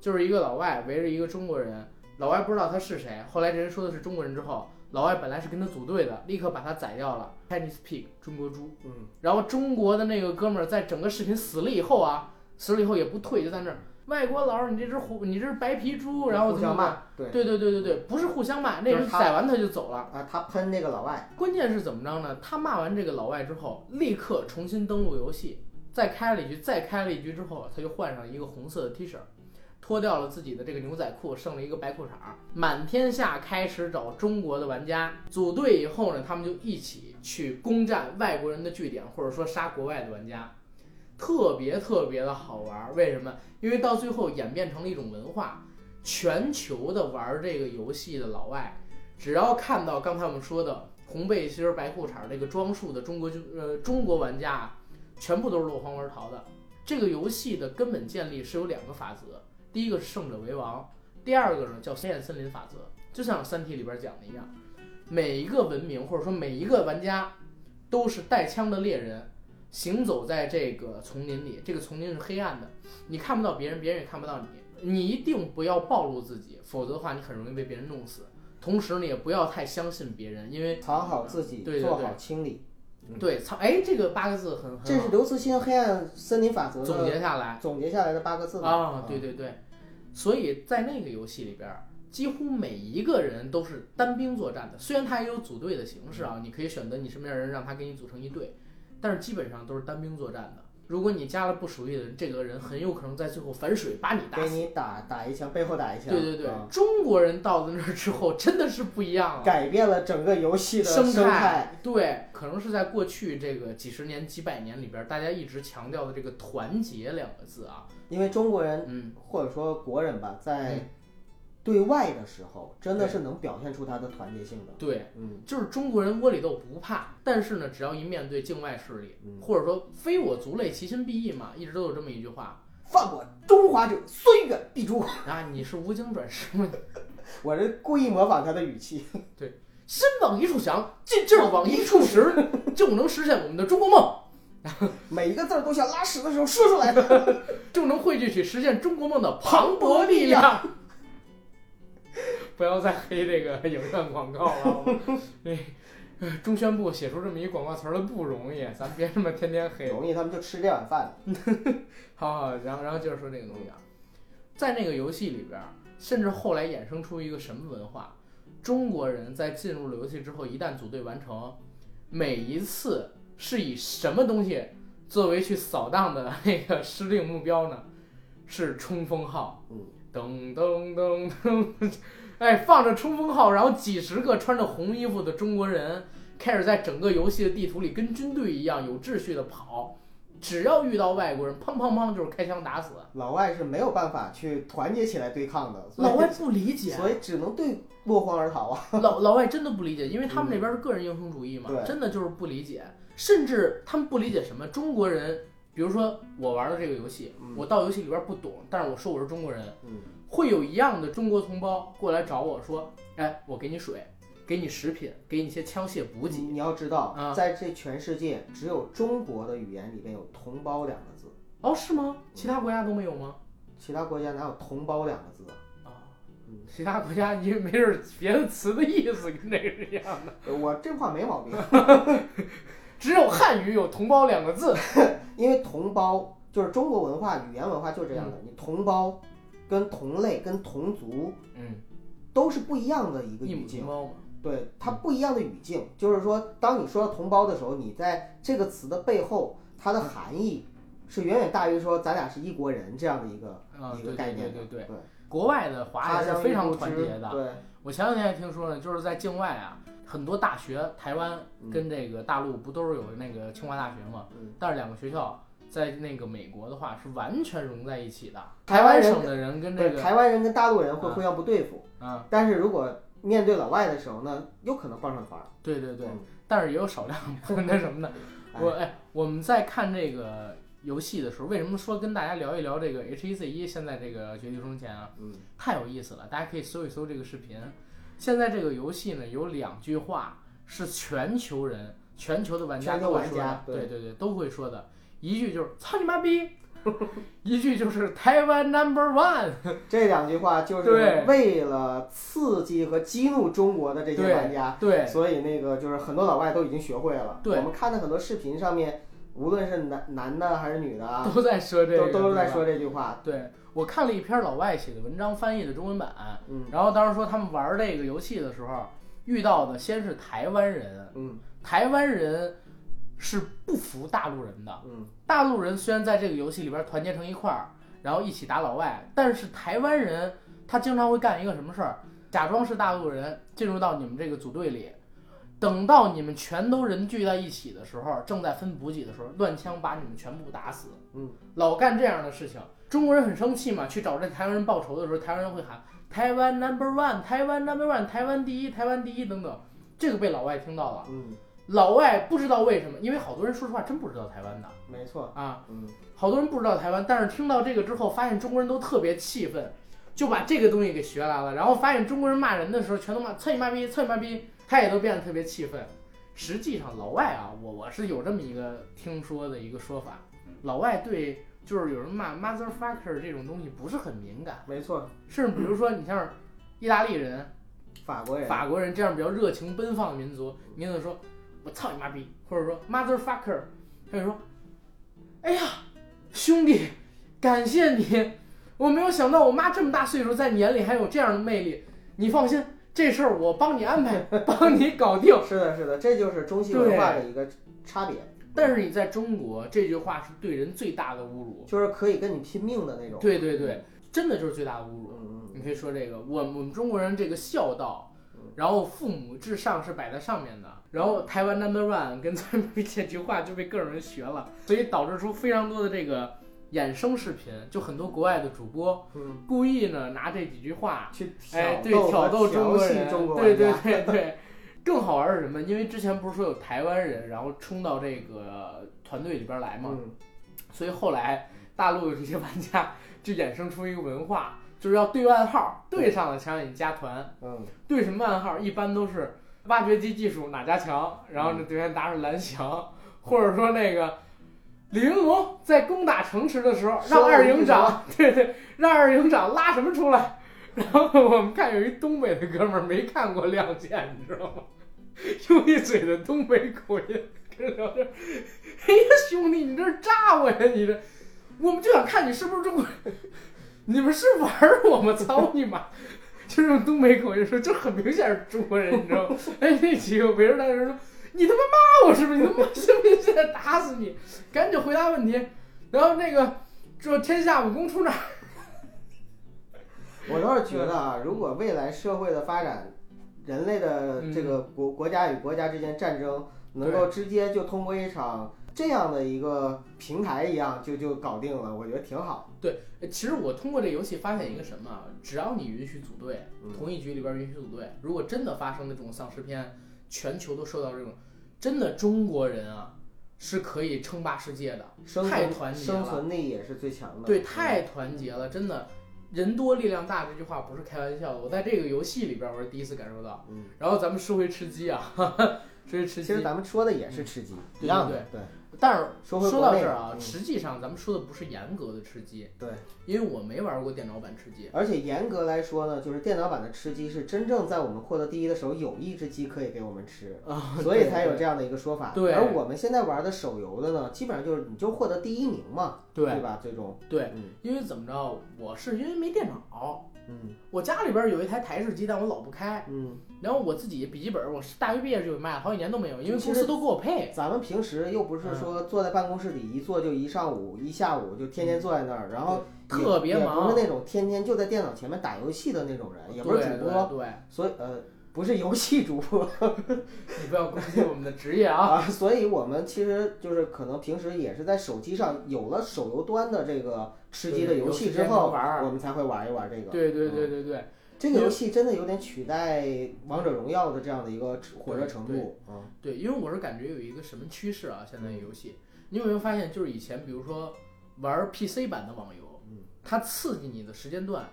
[SPEAKER 1] 就是一个老外围着一个中国人，老外不知道他是谁，后来这人说的是中国人之后，老外本来是跟他组队的，立刻把他宰掉了，Chinese pig 中国猪。
[SPEAKER 2] 嗯
[SPEAKER 1] 然后中国的那个哥们儿在整个视频死了以后啊，死了以后也不退，就在那儿，外国佬你这只虎，你这是白皮猪，然后
[SPEAKER 2] 互
[SPEAKER 1] 怎么
[SPEAKER 2] 相
[SPEAKER 1] 办？
[SPEAKER 2] 骂，对
[SPEAKER 1] 对对对对对，不是互相骂，那
[SPEAKER 2] 就是
[SPEAKER 1] 人
[SPEAKER 2] 他
[SPEAKER 1] 宰完他就走了。
[SPEAKER 2] 啊，他喷这个老外，
[SPEAKER 1] 关键是怎么着呢？他骂完这个老外之后，立刻重新登录游戏，再开了一局，再开了一局之后，他就换上一个红色的 T 恤，脱掉了自己的这个牛仔裤，剩了一个白裤衩儿，满天下开始找中国的玩家组队以后呢，他们就一起去攻占外国人的据点，或者说杀国外的玩家。特别特别的好玩儿，为什么？因为到最后演变成了一种文化，全球的玩儿这个游戏的老外只要看到刚才我们说的红背心儿、白裤衩儿这个装束的中国军呃中国玩家啊，全部都是落荒而逃的。这个游戏的根本建立是有两个法则，第一个是胜者为王，第二个呢叫黑暗森林法则。就像《三体》里边讲的一样，每一个文明或者说每一个玩家都是带枪的猎人，行走在这个丛林里，这个丛林是黑暗的，你看不到别人，别人也看不到你。你一定不要暴露自己，否则的话你很容易被别人弄死。同时呢，也不要太相信别人，因为
[SPEAKER 2] 藏好自己，
[SPEAKER 1] 对对
[SPEAKER 2] 做
[SPEAKER 1] 对
[SPEAKER 2] 好清理。嗯
[SPEAKER 1] 对，操，哎，这个八个字很很
[SPEAKER 2] 这是
[SPEAKER 1] 好，
[SPEAKER 2] 刘慈欣《黑暗森林法则》的
[SPEAKER 1] 总结下来
[SPEAKER 2] 总结下来的八个字嗯嘛
[SPEAKER 1] 啊，对，对对，所以在那个游戏里边儿，几乎每一个人都是单兵作战的，虽然他也有组队的形式啊，你可以选择你身边的人让他跟你组成一队，但是基本上都是单兵作战的。如果你加了不熟悉的人，这个人很有可能在最后反水把你打
[SPEAKER 2] 给
[SPEAKER 1] 死。
[SPEAKER 2] 你打打一枪，背后打一枪，
[SPEAKER 1] 对对对
[SPEAKER 2] 啊，
[SPEAKER 1] 中国人到了那儿之后真的是不一样了。
[SPEAKER 2] 改变了整个游戏的
[SPEAKER 1] 生
[SPEAKER 2] 态。
[SPEAKER 1] 对，可能是在过去这个几十年、几百年里边儿，大家一直强调的这个团结两个字啊，
[SPEAKER 2] 因为中国人
[SPEAKER 1] 嗯，
[SPEAKER 2] 或者说国人吧，在
[SPEAKER 1] 嗯
[SPEAKER 2] 对外的时候，真的是能表现出他的团结性的。
[SPEAKER 1] 对，
[SPEAKER 2] 嗯，
[SPEAKER 1] 就是中国人窝里斗不怕，但是呢，只要一面对境外势力，
[SPEAKER 2] 嗯
[SPEAKER 1] 或者说非我族类，其心必异嘛，一直都有这么一句话
[SPEAKER 2] 犯我中华者，虽远必诛。
[SPEAKER 1] 啊，你是无精转世吗？
[SPEAKER 2] 我是故意模仿他的语气。
[SPEAKER 1] 心往一处想，劲劲儿往一处使，就能实现我们的中国梦，
[SPEAKER 2] 每一个字儿都像拉屎的时候说出来的。
[SPEAKER 1] 就能汇聚起实现中国梦的磅礴力量。 不要再黑这个影院广告了， 那、呃中宣部写出这么一广告词儿来不容易，咱别这么天天黑。
[SPEAKER 2] 容易，他们就吃这碗饭。
[SPEAKER 1] 好好，然后然后接着说这个东西啊，在那个游戏里边儿，甚至后来衍生出一个什么文化？中国人在进入了游戏之后，一旦组队完成，每一次是以什么东西作为去扫荡的那个失令目标呢？ 是冲锋号。
[SPEAKER 2] 嗯，
[SPEAKER 1] 噔噔噔噔，哎，放着冲锋号，然后几十个穿着红衣服的中国人开始在整个游戏的地图里跟军队一样有秩序的跑，只要遇到外国人，砰砰砰就是开枪打死。
[SPEAKER 2] 老外是没有办法去团结起来对抗的，所以
[SPEAKER 1] 老外不理解，
[SPEAKER 2] 所以只能对落荒而 逃啊。
[SPEAKER 1] 老老外真的不理解，因为他们那边是个人英雄主义嘛，
[SPEAKER 2] 对
[SPEAKER 1] 真的就是不理解，甚至他们不理解什么中国人，比如说我玩的这个游戏，
[SPEAKER 2] 嗯
[SPEAKER 1] 我到游戏里边不懂，但是我说我是中国人，
[SPEAKER 2] 嗯，
[SPEAKER 1] 会有一样的中国同胞过来找我说，哎，我给你水，给你食品，给你一些枪械补给，
[SPEAKER 2] 你要知道，
[SPEAKER 1] 啊
[SPEAKER 2] 在这全世界只有中国的语言里边有“同胞”两个字，
[SPEAKER 1] 哦，是吗？其他国家都没有吗？
[SPEAKER 2] 其他国家哪有“同胞”两个字啊？
[SPEAKER 1] 啊
[SPEAKER 2] 嗯，
[SPEAKER 1] 其他国家你没准儿别的词的意思跟这个是一样的，
[SPEAKER 2] 嗯我这话没毛病，
[SPEAKER 1] 只有汉语有“同胞”两个字。
[SPEAKER 2] 因为同胞就是中国文化语言文化就是这样的，你同胞跟同类跟同族
[SPEAKER 1] 嗯，
[SPEAKER 2] 都是不一样的一个
[SPEAKER 1] 一
[SPEAKER 2] 语
[SPEAKER 1] 母
[SPEAKER 2] 境
[SPEAKER 1] 同。胞嘛。
[SPEAKER 2] 对，它
[SPEAKER 1] 嗯
[SPEAKER 2] 不一样的语境，就是说，当你说到同胞的时候，你在这个词的背后，它
[SPEAKER 1] 嗯
[SPEAKER 2] 的含义是远远大于说咱俩是一国人这样的一个
[SPEAKER 1] 啊，
[SPEAKER 2] 一
[SPEAKER 1] 对
[SPEAKER 2] 个
[SPEAKER 1] 对
[SPEAKER 2] 概
[SPEAKER 1] 对
[SPEAKER 2] 念的
[SPEAKER 1] 对对
[SPEAKER 2] 对，
[SPEAKER 1] 国外的华人是非常团结的。
[SPEAKER 2] 对，
[SPEAKER 1] 我前两天也听说呢，就是在境外啊，很多大学，台湾跟这个大陆不都是有那个清华大学嘛？
[SPEAKER 2] 嗯
[SPEAKER 1] 但是两个学校在那个美国的话是完全融在一起的，
[SPEAKER 2] 台
[SPEAKER 1] 湾
[SPEAKER 2] 湾人
[SPEAKER 1] 省的人跟这
[SPEAKER 2] 对，
[SPEAKER 1] 个
[SPEAKER 2] 台湾人跟大陆人会
[SPEAKER 1] 啊
[SPEAKER 2] 互相不对付，
[SPEAKER 1] 啊，
[SPEAKER 2] 但是如果面对老外的时候呢，有可能抱上团儿。
[SPEAKER 1] 对对对，
[SPEAKER 2] 嗯
[SPEAKER 1] 但是也有少量那什么的。
[SPEAKER 2] 哎
[SPEAKER 1] 我哎，我们在看这个游戏的时候，为什么说跟大家聊一聊这个 H 1 Z 一现在这个绝地生前啊？
[SPEAKER 2] 嗯，
[SPEAKER 1] 太有意思了，大家可以搜一搜这个视频。现在这个游戏呢，有两句话是全球人、全球的玩家
[SPEAKER 2] 全球
[SPEAKER 1] 都会
[SPEAKER 2] 玩
[SPEAKER 1] 说的
[SPEAKER 2] 家，
[SPEAKER 1] 对
[SPEAKER 2] 对
[SPEAKER 1] 对对，都会说的。一句就是“操你妈 逼”，一句就是“台湾 number one”。
[SPEAKER 2] 这两句话就是
[SPEAKER 1] 对
[SPEAKER 2] 为了刺激和激怒中国的这些
[SPEAKER 1] 对
[SPEAKER 2] 玩家，
[SPEAKER 1] 啊对
[SPEAKER 2] 所以那个就是很多老外都已经学会了。
[SPEAKER 1] 对
[SPEAKER 2] 我们看的很多视频上面，无论是男男的还是女的啊，
[SPEAKER 1] 都在说这个，
[SPEAKER 2] 都都是在
[SPEAKER 1] 对吧。
[SPEAKER 2] 说这句话。
[SPEAKER 1] 对我看了一篇老外写的文章，翻译的中文版，
[SPEAKER 2] 嗯
[SPEAKER 1] 然后当时说他们玩这个游戏的时候遇到的先是台湾人，
[SPEAKER 2] 嗯
[SPEAKER 1] 台湾人是不服大陆人的。
[SPEAKER 2] 嗯，
[SPEAKER 1] 大陆人虽然在这个游戏里边团结成一块儿，然后一起打老外，但是台湾人他经常会干一个什么事儿，假装是大陆人进入到你们这个组队里，等到你们全都人聚在一起的时候，正在分补给的时候，乱枪把你们全部打死。
[SPEAKER 2] 嗯，
[SPEAKER 1] 老干这样的事情，中国人很生气嘛，去找这台湾人报仇的时候，台湾人会喊台湾 number one，台湾 number one，台湾第一，台湾第一等等，这个被老外听到了。
[SPEAKER 2] 嗯，
[SPEAKER 1] 老外不知道为什么，因为好多人说实话真不知道台湾的
[SPEAKER 2] 没错。
[SPEAKER 1] 啊，
[SPEAKER 2] 嗯，
[SPEAKER 1] 好多人不知道台湾，但是听到这个之后，发现中国人都特别气愤，就把这个东西给学来了。然后发现中国人骂人的时候，全都骂“操你妈逼，操你妈逼”，他也都变得特别气愤。实际上，老外啊，我我是有这么一个听说的一个说法，老外对就是有人骂 motherfucker 这种东西不是很敏感，
[SPEAKER 2] 没错。
[SPEAKER 1] 甚至比如说你像是意大利人、
[SPEAKER 2] 法国人，
[SPEAKER 1] 法国人这样比较热情奔放的民族，你可能说“我操你妈逼”，或者说 “motherfucker”，他就说：“哎呀，兄弟，感谢你，我没有想到我妈这么大岁数，在你眼里还有这样的魅力。你放心，这事儿我帮你安排，帮你搞定。
[SPEAKER 2] 是的，是的，这就是中西文化的一个差别。
[SPEAKER 1] 但是你在中国，这句话是对人最大的侮辱。
[SPEAKER 2] 就是可以跟你拼命的那种。
[SPEAKER 1] 对对对，真的就是最大的侮辱。
[SPEAKER 2] 嗯，嗯
[SPEAKER 1] 你可以说这个，我我们中国人这个孝道
[SPEAKER 2] 嗯，
[SPEAKER 1] 然后父母至上是摆在上面的。然后台湾 number one 跟咱们这句话就被各种人学了，所以导致出非常多的这个衍生视频，就很多国外的主播
[SPEAKER 2] 嗯，
[SPEAKER 1] 故意呢拿这几句话，
[SPEAKER 2] 去
[SPEAKER 1] 哎，对，挑
[SPEAKER 2] 挑
[SPEAKER 1] 逗
[SPEAKER 2] 逗和
[SPEAKER 1] 中国
[SPEAKER 2] 调
[SPEAKER 1] 人，
[SPEAKER 2] 戏中国
[SPEAKER 1] 对
[SPEAKER 2] 玩
[SPEAKER 1] 对
[SPEAKER 2] 家
[SPEAKER 1] 对对。更好玩儿是什么？因为之前不是说有台湾人，然后冲到这个团队里边来嘛，
[SPEAKER 2] 嗯，
[SPEAKER 1] 所以后来大陆有这些玩家就衍生出一个文化，就是要对暗号，对上了才让你加团。
[SPEAKER 2] 嗯，
[SPEAKER 1] 对什么暗号？一般都是挖掘机技术哪家强，然后那对面拿着蓝翔，或者说那个李云龙在攻打城池的时候，让
[SPEAKER 2] 收
[SPEAKER 1] 二营
[SPEAKER 2] 营
[SPEAKER 1] 长 对对，让二营长拉什么出来？然后我们看有一东北的哥们儿没看过《亮剑》，你知道吗？用一嘴的东北口音跟人聊天，哎呀兄弟，你这是炸我呀！你这，我们就想看你是不是中国人，你们是玩儿我吗？操你妈！就是用东北口音说，就很明显是中国人，你知道吗？ 哎，那几个围着他的人说：“你他妈骂我是不是？你他妈信不信现在打死你？赶紧回答问题。”然后那个说天下武功出哪儿？
[SPEAKER 2] 我倒是觉得
[SPEAKER 1] 嗯
[SPEAKER 2] 啊，如果未来社会的发展，人类的这个
[SPEAKER 1] 嗯
[SPEAKER 2] 国国家与国家之间战争能够直接就通过一场这样的一个平台一样就就搞定了，我觉得挺好。
[SPEAKER 1] 哎其实我通过这游戏发现一个什么啊？只要你允许组队，
[SPEAKER 2] 嗯
[SPEAKER 1] 同一局里边允许组队，如果真的发生那种丧尸片，全球都受到这种，真的中国人啊是可以称霸世界的，
[SPEAKER 2] 生
[SPEAKER 1] 太
[SPEAKER 2] 存
[SPEAKER 1] 团结了
[SPEAKER 2] 生存力也是最强的。
[SPEAKER 1] 对，
[SPEAKER 2] 嗯
[SPEAKER 1] 太团结了，真的。人多力量大这句话不是开玩笑的，我在这个游戏里边我是第一次感受到。
[SPEAKER 2] 嗯，
[SPEAKER 1] 然后咱们说回吃鸡啊， 哈哈，说回吃
[SPEAKER 2] 其
[SPEAKER 1] 鸡
[SPEAKER 2] 实，咱们说的也
[SPEAKER 1] 嗯
[SPEAKER 2] 是吃鸡一样的，对
[SPEAKER 1] 但是
[SPEAKER 2] 说回国
[SPEAKER 1] 到
[SPEAKER 2] 内
[SPEAKER 1] 这儿啊，
[SPEAKER 2] 嗯
[SPEAKER 1] 实际上咱们说的不是严格的吃鸡，
[SPEAKER 2] 对，
[SPEAKER 1] 因为我没玩过电脑版吃鸡，
[SPEAKER 2] 而且严格来说呢，就是电脑版的吃鸡是真正在我们获得第一的时候，有一只鸡可以给我 们吃，
[SPEAKER 1] 啊
[SPEAKER 2] 所以才有这样的一个说法。
[SPEAKER 1] 对
[SPEAKER 2] 而我们现在玩的手游的呢，基本上就是你就获得第一名嘛，
[SPEAKER 1] 对
[SPEAKER 2] 吧？最终，
[SPEAKER 1] 对，
[SPEAKER 2] 嗯
[SPEAKER 1] 因为怎么着，我是因为没电脑，
[SPEAKER 2] 嗯
[SPEAKER 1] 我家里边有一台台式机，但我老不开，
[SPEAKER 2] 嗯，
[SPEAKER 1] 然后我自己笔记本，我是大学毕业就给卖了，好几年都没有，因为
[SPEAKER 2] 其
[SPEAKER 1] 公
[SPEAKER 2] 实
[SPEAKER 1] 司都给我配，
[SPEAKER 2] 咱们平时又不是
[SPEAKER 1] 嗯
[SPEAKER 2] 说坐在办公室里一坐就一上午、一下午，就天天坐在那儿，然
[SPEAKER 1] 嗯
[SPEAKER 2] 后
[SPEAKER 1] 对
[SPEAKER 2] 也
[SPEAKER 1] 特别忙
[SPEAKER 2] 也不是那种天天就在电脑前面打游戏的那种人，也不是
[SPEAKER 1] 对
[SPEAKER 2] 主播，
[SPEAKER 1] 对，
[SPEAKER 2] 所以呃。不是游戏主播
[SPEAKER 1] 对你不要攻击我们的职业 啊，
[SPEAKER 2] 啊，所以我们其实就是可能平时也是在手机上有了手游端的这个吃鸡的
[SPEAKER 1] 对有
[SPEAKER 2] 游
[SPEAKER 1] 时
[SPEAKER 2] 戏之
[SPEAKER 1] 间
[SPEAKER 2] 后，
[SPEAKER 1] 能玩儿
[SPEAKER 2] 我们才会玩一玩这个。
[SPEAKER 1] 对对
[SPEAKER 2] 嗯
[SPEAKER 1] 对对对，
[SPEAKER 2] 这个游戏真的有点取代王者荣耀的这样的一个火热程度。嗯
[SPEAKER 1] 对，因为我是感觉有一个什么趋势啊，现在游戏，你有没有发现，就是以前比如说玩 PC 版的网游
[SPEAKER 2] 嗯，
[SPEAKER 1] 它刺激你的时间段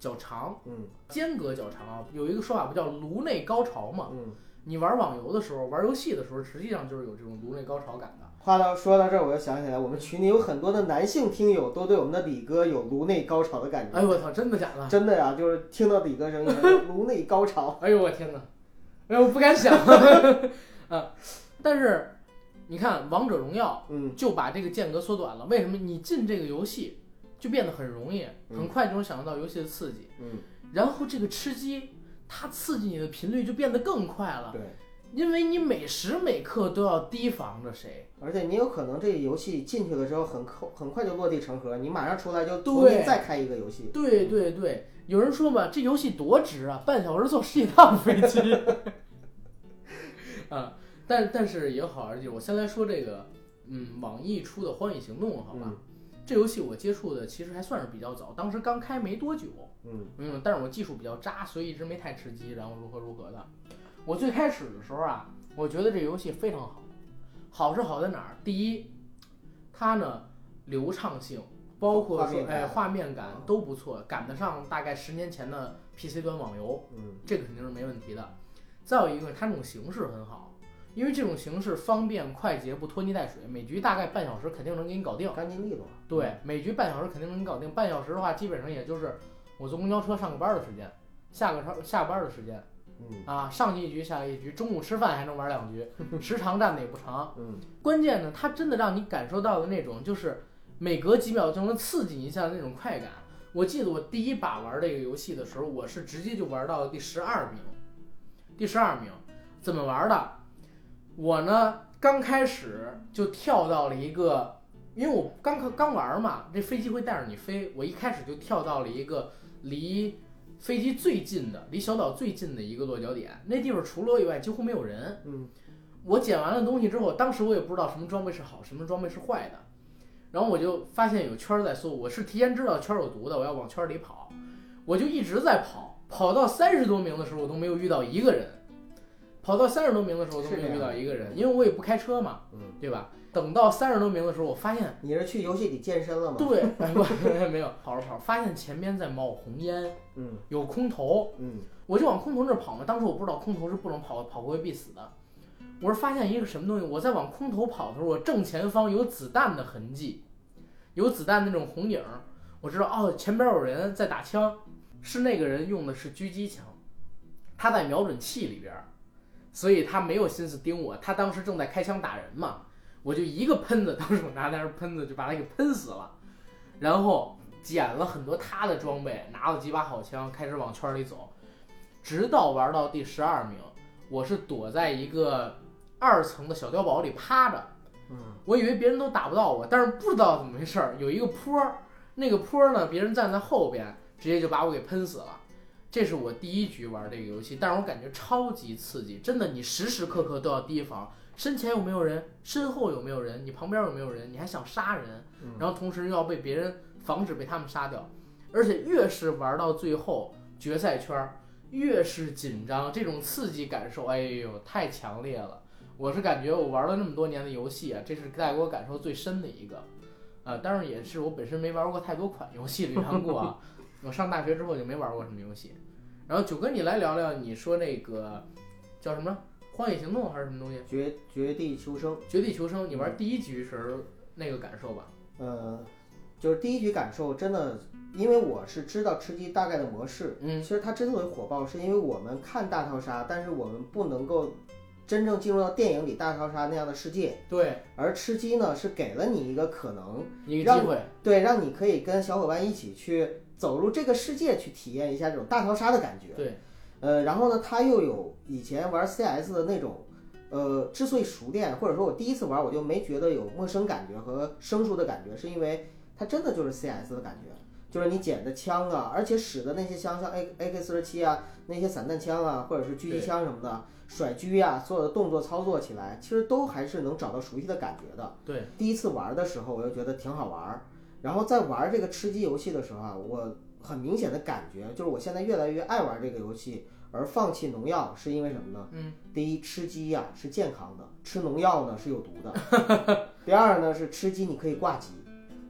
[SPEAKER 1] 较长，
[SPEAKER 2] 嗯
[SPEAKER 1] 间隔较长啊，有一个说法不叫颅内高潮嘛？
[SPEAKER 2] 嗯。
[SPEAKER 1] 你玩网游的时候，玩游戏的时候，实际上就是有这种颅内高潮感的。
[SPEAKER 2] 话到说到这儿，我又想起来，我们群里有很多的男性听友都对我们的李哥有颅内高潮的感觉。
[SPEAKER 1] 哎呦我操，真的假的？
[SPEAKER 2] 真的呀，就是听到李哥声音， 颅内高潮。
[SPEAKER 1] 哎呦我天哪！哎呦我不敢想，啊，但是你看王者荣耀。
[SPEAKER 2] 嗯，
[SPEAKER 1] 就把这个间隔缩短了。为什么？你进这个游戏就变得很容易，
[SPEAKER 2] 嗯
[SPEAKER 1] 很快就能享受到游戏的刺激。
[SPEAKER 2] 嗯，
[SPEAKER 1] 然后这个吃鸡，它刺激你的频率就变得更快了，
[SPEAKER 2] 对。
[SPEAKER 1] 因为你每时每刻都要提防着谁。
[SPEAKER 2] 而且你有可能这游戏进去了之后很扣，很快就落地成盒，你马上出来就重
[SPEAKER 1] 对
[SPEAKER 2] 新再开一个游戏。
[SPEAKER 1] 对对对，有人说吧，这游戏多值啊，半小时坐十几趟飞机。 啊，但但是也好玩儿，就是我先来说这个，嗯，网易出的《荒野行动》，好吧。
[SPEAKER 2] 嗯
[SPEAKER 1] 这游戏我接触的其实还算是比较早，当时刚开没多久，
[SPEAKER 2] 嗯
[SPEAKER 1] 嗯，但是我技术比较渣，所以一直没太吃鸡，然后如何如何的。我最开始的时候啊，我觉得这游戏非常好，好是好在哪儿？第一，它呢流畅性，包括
[SPEAKER 2] 画
[SPEAKER 1] 说
[SPEAKER 2] 面感嗯
[SPEAKER 1] 哎画面感都不错，赶得上大概十年前的 PC 端网游，
[SPEAKER 2] 嗯
[SPEAKER 1] 这个肯定是没问题的。再有一个，它这种形式很好，因为这种形式方便快捷，不拖泥带水，每局大概半小时肯定能给你搞定。
[SPEAKER 2] 嗯干净利落。
[SPEAKER 1] 对，每局半小时肯定能搞定。半小时的话，基本上也就是我坐公交车上个班的时间，下个超下班的时间
[SPEAKER 2] 嗯
[SPEAKER 1] 啊，上去一局，下一局，中午吃饭还能玩两局，时长占的也不长。
[SPEAKER 2] 嗯
[SPEAKER 1] 关键呢，它真的让你感受到的那种，就是每隔几秒就能刺激你一下的那种快感。我记得我第一把玩这个游戏的时候，我是直接就玩到了第十二名，第十二名，怎么玩的？我呢刚开始就跳到了一个，因为我刚刚玩儿嘛，这飞机会带着你飞，我一开始就跳到了一个离飞机最近的、离小岛最近的一个落脚点。那地方除了我以外几乎没有人，
[SPEAKER 2] 嗯，
[SPEAKER 1] 我捡完了东西之后，当时我也不知道什么装备是好，什么装备是坏的，然后我就发现有圈儿在缩，我是提前知道圈儿有毒的，我要往圈儿里跑，我就一直在跑，跑到三十多名的时候，我都没有遇到一个人，跑到三十多名的时候我都没有遇到一个人，因为我也不开车嘛，
[SPEAKER 2] 嗯，
[SPEAKER 1] 对吧？等到三十多名的时候，我发现
[SPEAKER 2] 你是去游戏里健身了吗？
[SPEAKER 1] 对， 哎不没有跑着跑着，发现前面在冒红烟，
[SPEAKER 2] 嗯
[SPEAKER 1] 有空投，
[SPEAKER 2] 嗯
[SPEAKER 1] 我就往空投那儿跑嘛。当时我不知道空投是不能跑，跑过去必死的。我是发现一个什么东西，我在往空投跑的时候，我正前方有子弹的痕迹，有子弹那种红影儿，我知道哦，前边有人在打枪，是那个人用的是狙击枪，他在瞄准器里边儿，所以他没有心思盯我，他当时正在开枪打人嘛，我就一个喷子， 当时我拿那儿喷子就把他给喷死了，然后捡了很多他的装备，拿了几把好枪，开始往圈儿里走。直到玩到第十二名，我是躲在一个二层的小碉堡里趴着，
[SPEAKER 2] 嗯
[SPEAKER 1] 我以为别人都打不到我，但是不知道怎么回事儿，有一个坡儿，那个坡儿呢，别人站在后边，直接就把我给喷死了。这是我第一局玩这个游戏，但是我感觉超级刺激，真的，你时时刻刻都要提防身前有没有人，身后有没有人，你旁边有没有人，你还想杀人，
[SPEAKER 2] 嗯
[SPEAKER 1] 然后同时又要被别人防止被他们杀掉，而且越是玩到最后决赛圈儿，越是紧张，这种刺激感受，哎呦，太强烈了！我是感觉我玩了那么多年的游戏啊，这是带给我感受最深的一个，啊，当然也是我本身没玩过太多款游戏的缘故啊。我上大学之后就没玩过什么游戏。然后九哥，你来聊聊，你说那个叫什么《荒野行动》还是什么东西，《
[SPEAKER 2] 绝绝地求生。
[SPEAKER 1] 绝地求生》？你玩第一局时候那个感受吧？
[SPEAKER 2] 呃，就是第一局感受真的，因为我是知道吃鸡大概的模式，
[SPEAKER 1] 嗯
[SPEAKER 2] 其实它之所以火爆，是因为我们看大逃杀，但是我们不能够真正进入到电影里大逃杀那样的世界，
[SPEAKER 1] 对，
[SPEAKER 2] 而吃鸡呢是给了你一个可能，
[SPEAKER 1] 一个
[SPEAKER 2] 让
[SPEAKER 1] 机会，
[SPEAKER 2] 对，让你可以跟小伙伴一起去走入这个世界，去体验一下这种大逃杀的感觉。
[SPEAKER 1] 对，
[SPEAKER 2] 呃，然后呢，它又有以前玩 CS 的那种，呃，之所以熟练，或者说我第一次玩我就没觉得有陌生感觉和生疏的感觉，是因为它真的就是 CS 的感觉，就是你捡的枪啊，而且使的那些枪，像 A AK 四十七啊，那些散弹枪啊，或者是狙击
[SPEAKER 1] 对
[SPEAKER 2] 枪什么的，甩狙啊，所有的动作操作起来，其实都还是能找到熟悉的感觉的。
[SPEAKER 1] 对，
[SPEAKER 2] 第一次玩的时候，我就觉得挺好玩儿。然后在玩这个吃鸡游戏的时候啊，我很明显的感觉就是我现在越来越爱玩这个游戏，而放弃农药是因为什么呢？
[SPEAKER 1] 嗯，
[SPEAKER 2] 第一，吃鸡呀、是健康的，吃农药呢是有毒的。 第二呢是吃鸡你可以挂机，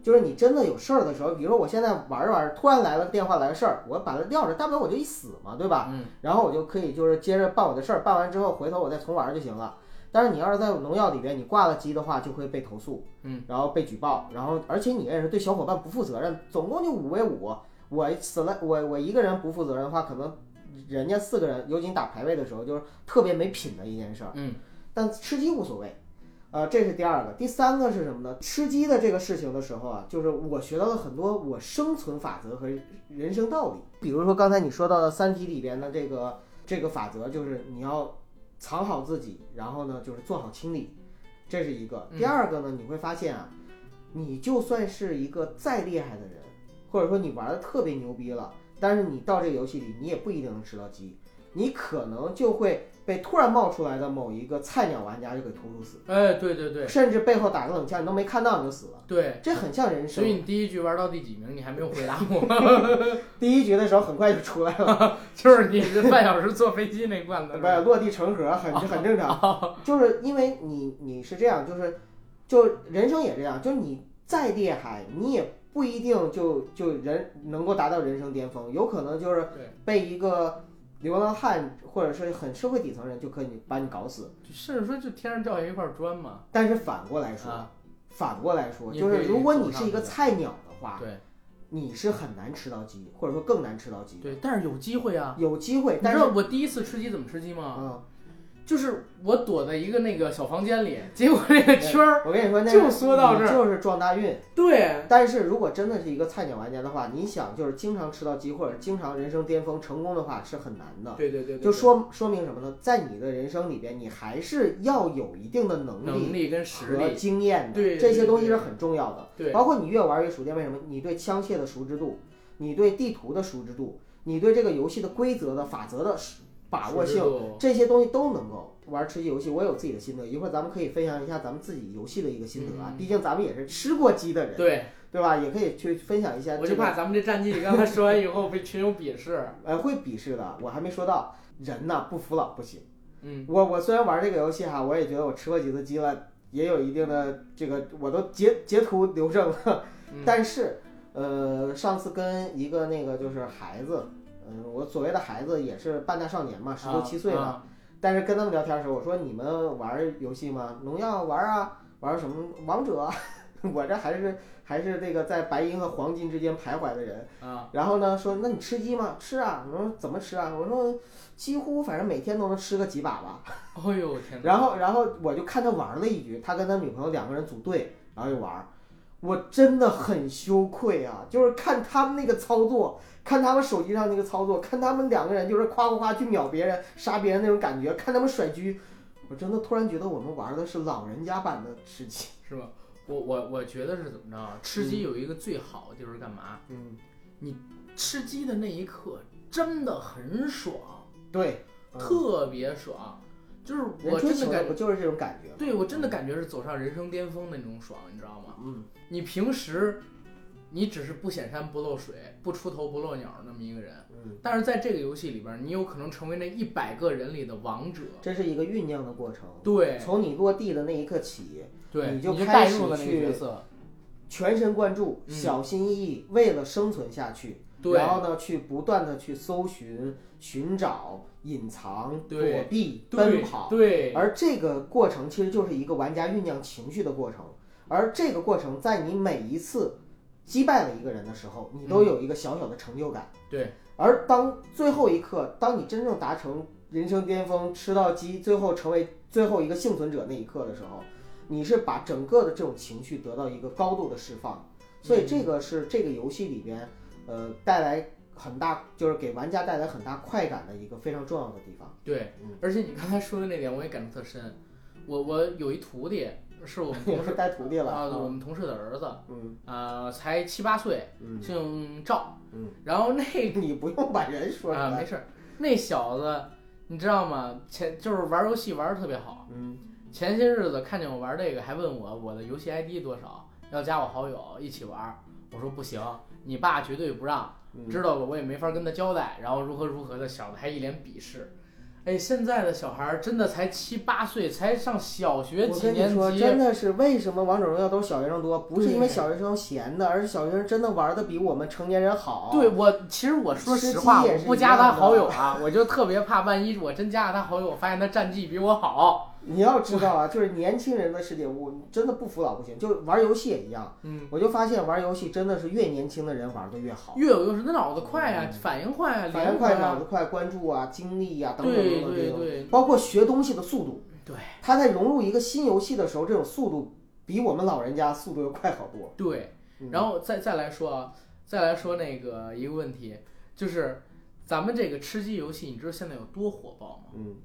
[SPEAKER 2] 就是你真的有事儿的时候，比如说我现在玩着玩着，突然来了电话来个事儿，我把它撂着，大不了我就一死嘛，对吧？
[SPEAKER 1] 嗯，
[SPEAKER 2] 然后我就可以就是接着办我的事儿，办完之后回头我再重玩就行了。但是你要是在农药里边你挂了机的话，就会被投诉，
[SPEAKER 1] 嗯，
[SPEAKER 2] 然后被举报，然后而且你也是对小伙伴不负责任，总共就五 v 五，我死了我我一个人不负责任的话，可能人家四个人，尤其你打排位的时候，就是特别没品的一件事儿，
[SPEAKER 1] 嗯，
[SPEAKER 2] 但吃鸡无所谓。呃，这是第二个，第三个是什么呢？吃鸡的这个事情的时候啊，就是我学到了很多我生存法则和人生道理。比如说刚才你说到的《三体》里边的这个这个法则，就是你要藏好自己，然后呢就是做好清理，这是一个。
[SPEAKER 1] 嗯
[SPEAKER 2] 第二个呢，你会发现啊，你就算是一个再厉害的人，或者说你玩的特别牛逼了，但是你到这个游戏里，你也不一定能吃到鸡，你可能就会被突然冒出来的某一个菜鸟玩家就给突突死，
[SPEAKER 1] 哎，对对对
[SPEAKER 2] 甚至背后打个冷枪你都没看到你就死了，
[SPEAKER 1] 对，
[SPEAKER 2] 这很像人
[SPEAKER 1] 所。
[SPEAKER 2] 生
[SPEAKER 1] 以你第一局玩到第几名？你还没有回答我，
[SPEAKER 2] 第一局的时候很快就出来了，
[SPEAKER 1] 就是你这半小时坐飞机那罐
[SPEAKER 2] 不
[SPEAKER 1] 子是
[SPEAKER 2] 是
[SPEAKER 1] 吧，
[SPEAKER 2] 落地成盒，很
[SPEAKER 1] 哦
[SPEAKER 2] 很正常。就是因为你你是这样，就是就人生也这样，就是你再厉害，你也不一定就就人能够达到人生巅峰，有可能就是
[SPEAKER 1] 对
[SPEAKER 2] 被一个流浪汉或者是很社会底层人就可以把你搞死。
[SPEAKER 1] 甚至说就天上掉下一块砖嘛，
[SPEAKER 2] 但是反过来说，
[SPEAKER 1] 啊
[SPEAKER 2] 反过来说，
[SPEAKER 1] 你
[SPEAKER 2] 就
[SPEAKER 1] 可
[SPEAKER 2] 是
[SPEAKER 1] 以
[SPEAKER 2] 如果你
[SPEAKER 1] 走上
[SPEAKER 2] 是一个
[SPEAKER 1] 去的
[SPEAKER 2] 菜鸟的话，
[SPEAKER 1] 对
[SPEAKER 2] 你是很难吃到鸡，或者说更难吃到鸡。
[SPEAKER 1] 对，但是有机会啊。
[SPEAKER 2] 有机会，
[SPEAKER 1] 你
[SPEAKER 2] 但
[SPEAKER 1] 知
[SPEAKER 2] 是
[SPEAKER 1] 道我第一次吃鸡怎么吃鸡吗？
[SPEAKER 2] 嗯
[SPEAKER 1] 就是我躲在一个那个小房间里，结果那个圈 儿，
[SPEAKER 2] 我跟你说，那
[SPEAKER 1] 就说到
[SPEAKER 2] 你
[SPEAKER 1] 这儿
[SPEAKER 2] 就是撞大运。
[SPEAKER 1] 对，
[SPEAKER 2] 但是如果真的是一个菜鸟玩家的话，你想就是经常吃到鸡或者经常人生巅峰成功的话是很难的。
[SPEAKER 1] 对对对，对
[SPEAKER 2] 就说说明什么呢？在你的人生里边，你还是要有一定的能
[SPEAKER 1] 能
[SPEAKER 2] 力
[SPEAKER 1] 力跟实
[SPEAKER 2] 和
[SPEAKER 1] 力，
[SPEAKER 2] 经验的，
[SPEAKER 1] 对对
[SPEAKER 2] 这些东西是很重要的。
[SPEAKER 1] 对
[SPEAKER 2] 包括你越玩越熟练，为什么？你对枪械的熟知度，你对地图的熟知度，你对这个游戏的规则的法则的把握性，
[SPEAKER 1] 性，
[SPEAKER 2] 这些东西都能够玩吃鸡游戏。我有自己的心得，一会儿咱们可以分享一下咱们自己游戏的一个心得啊。
[SPEAKER 1] 嗯
[SPEAKER 2] 毕竟咱们也是吃过鸡的人，
[SPEAKER 1] 对，
[SPEAKER 2] 对吧？也可以去分享一下、这个。
[SPEAKER 1] 我就怕咱们这战绩，你刚才说完以后被群友鄙视，
[SPEAKER 2] 呃，会鄙视的，我还没说到。人呐，不服老不行。
[SPEAKER 1] 嗯，
[SPEAKER 2] 我我虽然玩这个游戏哈，我也觉得我吃过几次鸡了，也有一定的这个，我都截截图留证了。
[SPEAKER 1] 嗯
[SPEAKER 2] 但是，呃，上次跟一个那个就是孩子，嗯、我所谓的孩子也是半大少年嘛，十六七岁嘛。
[SPEAKER 1] 啊
[SPEAKER 2] 但是跟他们聊天的时候，我说你们玩游戏吗？农药玩啊，玩什么王者啊？ 我这还是还是这个在白银和黄金之间徘徊的人。
[SPEAKER 1] 啊，
[SPEAKER 2] 然后呢，说那你吃鸡吗？吃啊。我说怎么吃啊？我说几乎反正每天都能吃个几把吧。
[SPEAKER 1] 哎呦我天哪，
[SPEAKER 2] 然后然后我就看他玩了一局，他跟他女朋友两个人组队，然后就玩儿。我真的很羞愧啊！就是看他们那个操作，看他们手机上那个操作，看他们两个人就是夸夸夸去秒别人、杀别人那种感觉，看他们甩狙，我真的突然觉得我们玩的是老人家版的吃鸡。
[SPEAKER 1] 是吧？我我我觉得是怎么着啊？吃鸡有一个最好的地方是干嘛？
[SPEAKER 2] 嗯，
[SPEAKER 1] 吃鸡的那一刻真的很爽，
[SPEAKER 2] 对，嗯
[SPEAKER 1] 特别爽，就是我
[SPEAKER 2] 人追
[SPEAKER 1] 真的
[SPEAKER 2] 求的
[SPEAKER 1] 感
[SPEAKER 2] 不就是这种感觉吗？
[SPEAKER 1] 对我真的感觉是走上人生巅峰的那种爽，你知道吗？
[SPEAKER 2] 嗯，
[SPEAKER 1] 你平时你只是不显山不露水、不出头不露鸟那么一个人，
[SPEAKER 2] 嗯，
[SPEAKER 1] 但是在这个游戏里边，你有可能成为那一百个人里的王者。
[SPEAKER 2] 这是一个酝酿的过程。
[SPEAKER 1] 对
[SPEAKER 2] 从你落地的那一刻起，
[SPEAKER 1] 对，
[SPEAKER 2] 你
[SPEAKER 1] 你
[SPEAKER 2] 就
[SPEAKER 1] 带入了那个
[SPEAKER 2] 开始去
[SPEAKER 1] 角色，
[SPEAKER 2] 全神贯注、
[SPEAKER 1] 嗯
[SPEAKER 2] 小心翼翼，为了生存下去，
[SPEAKER 1] 对
[SPEAKER 2] 然后呢，去不断的去搜寻、寻找、隐藏、
[SPEAKER 1] 对
[SPEAKER 2] 躲避、奔
[SPEAKER 1] 对
[SPEAKER 2] 跑，
[SPEAKER 1] 对，
[SPEAKER 2] 而这个过程其实就是一个玩家酝酿情绪的过程，而这个过程在你每一次击败了一个人的时候，你都有一个小小的成就感。
[SPEAKER 1] 嗯对，
[SPEAKER 2] 而当最后一刻，当你真正达成人生巅峰，吃到鸡，最后成为最后一个幸存者那一刻的时候，你是把整个的这种情绪得到一个高度的释放，所以
[SPEAKER 1] 嗯
[SPEAKER 2] 这个是这个游戏里边，呃，带来很大，就是给玩家带来很大快感的一个非常重要的地方。
[SPEAKER 1] 对
[SPEAKER 2] 嗯，
[SPEAKER 1] 而且你刚才说的那点我也感触特深。我我有一徒弟，是我们
[SPEAKER 2] 我
[SPEAKER 1] 同
[SPEAKER 2] 是
[SPEAKER 1] 事
[SPEAKER 2] 带徒弟了，
[SPEAKER 1] 啊，我们同事的儿子，
[SPEAKER 2] 嗯
[SPEAKER 1] 呃，才七八岁，
[SPEAKER 2] 嗯
[SPEAKER 1] 姓赵。
[SPEAKER 2] 嗯，
[SPEAKER 1] 然后那
[SPEAKER 2] 你不用把人 说出
[SPEAKER 1] 啊没
[SPEAKER 2] 来。
[SPEAKER 1] 事儿，那小子你知道吗？前就是玩游戏玩的特别好。
[SPEAKER 2] 嗯，
[SPEAKER 1] 前些日子看见我玩这个，还问我我的游戏 ID 多少，要加我好友一起玩儿。我说不行，你爸绝对不让，
[SPEAKER 2] 嗯
[SPEAKER 1] 知道了我也没法跟他交代。然后如何如何的，小子还一脸鄙视。哎，现在的小孩儿真的才七八岁，才上小学
[SPEAKER 2] 我
[SPEAKER 1] 几
[SPEAKER 2] 跟你
[SPEAKER 1] 年
[SPEAKER 2] 说，
[SPEAKER 1] 级，
[SPEAKER 2] 真的是为什么王者荣耀都是小学生多？不是因为
[SPEAKER 1] 对
[SPEAKER 2] 小学生闲的，而是小学生真的玩的比我们成年人好。
[SPEAKER 1] 对我，其实我说实话，
[SPEAKER 2] 吃鸡也
[SPEAKER 1] 我
[SPEAKER 2] 是
[SPEAKER 1] 不加他好友啊，我就特别怕，万一我真加了他好友，发现他战绩比我好，
[SPEAKER 2] 你要知道啊，就是年轻人的世界，我真的不服老不行。就是玩游戏也一样，
[SPEAKER 1] 嗯，
[SPEAKER 2] 我就发现玩游戏真的是越年轻的人玩的越好，
[SPEAKER 1] 越有优势，他脑子快啊，反应快啊，
[SPEAKER 2] 嗯反
[SPEAKER 1] 灵
[SPEAKER 2] 应
[SPEAKER 1] 活
[SPEAKER 2] 快、脑
[SPEAKER 1] 啊，
[SPEAKER 2] 子快、关注啊、精力啊等等等
[SPEAKER 1] 对
[SPEAKER 2] 等这
[SPEAKER 1] 对
[SPEAKER 2] 种，
[SPEAKER 1] 对嗯
[SPEAKER 2] 包括学东西的速度。
[SPEAKER 1] 对，
[SPEAKER 2] 他在融入一个新游戏的时候，这种速度比我们老人家速度要快好多。
[SPEAKER 1] 对，
[SPEAKER 2] 嗯
[SPEAKER 1] 然后再再来说啊，再来说那个一个问题，就是咱们这个吃鸡游戏，你知道现在有多火爆吗？
[SPEAKER 2] 嗯，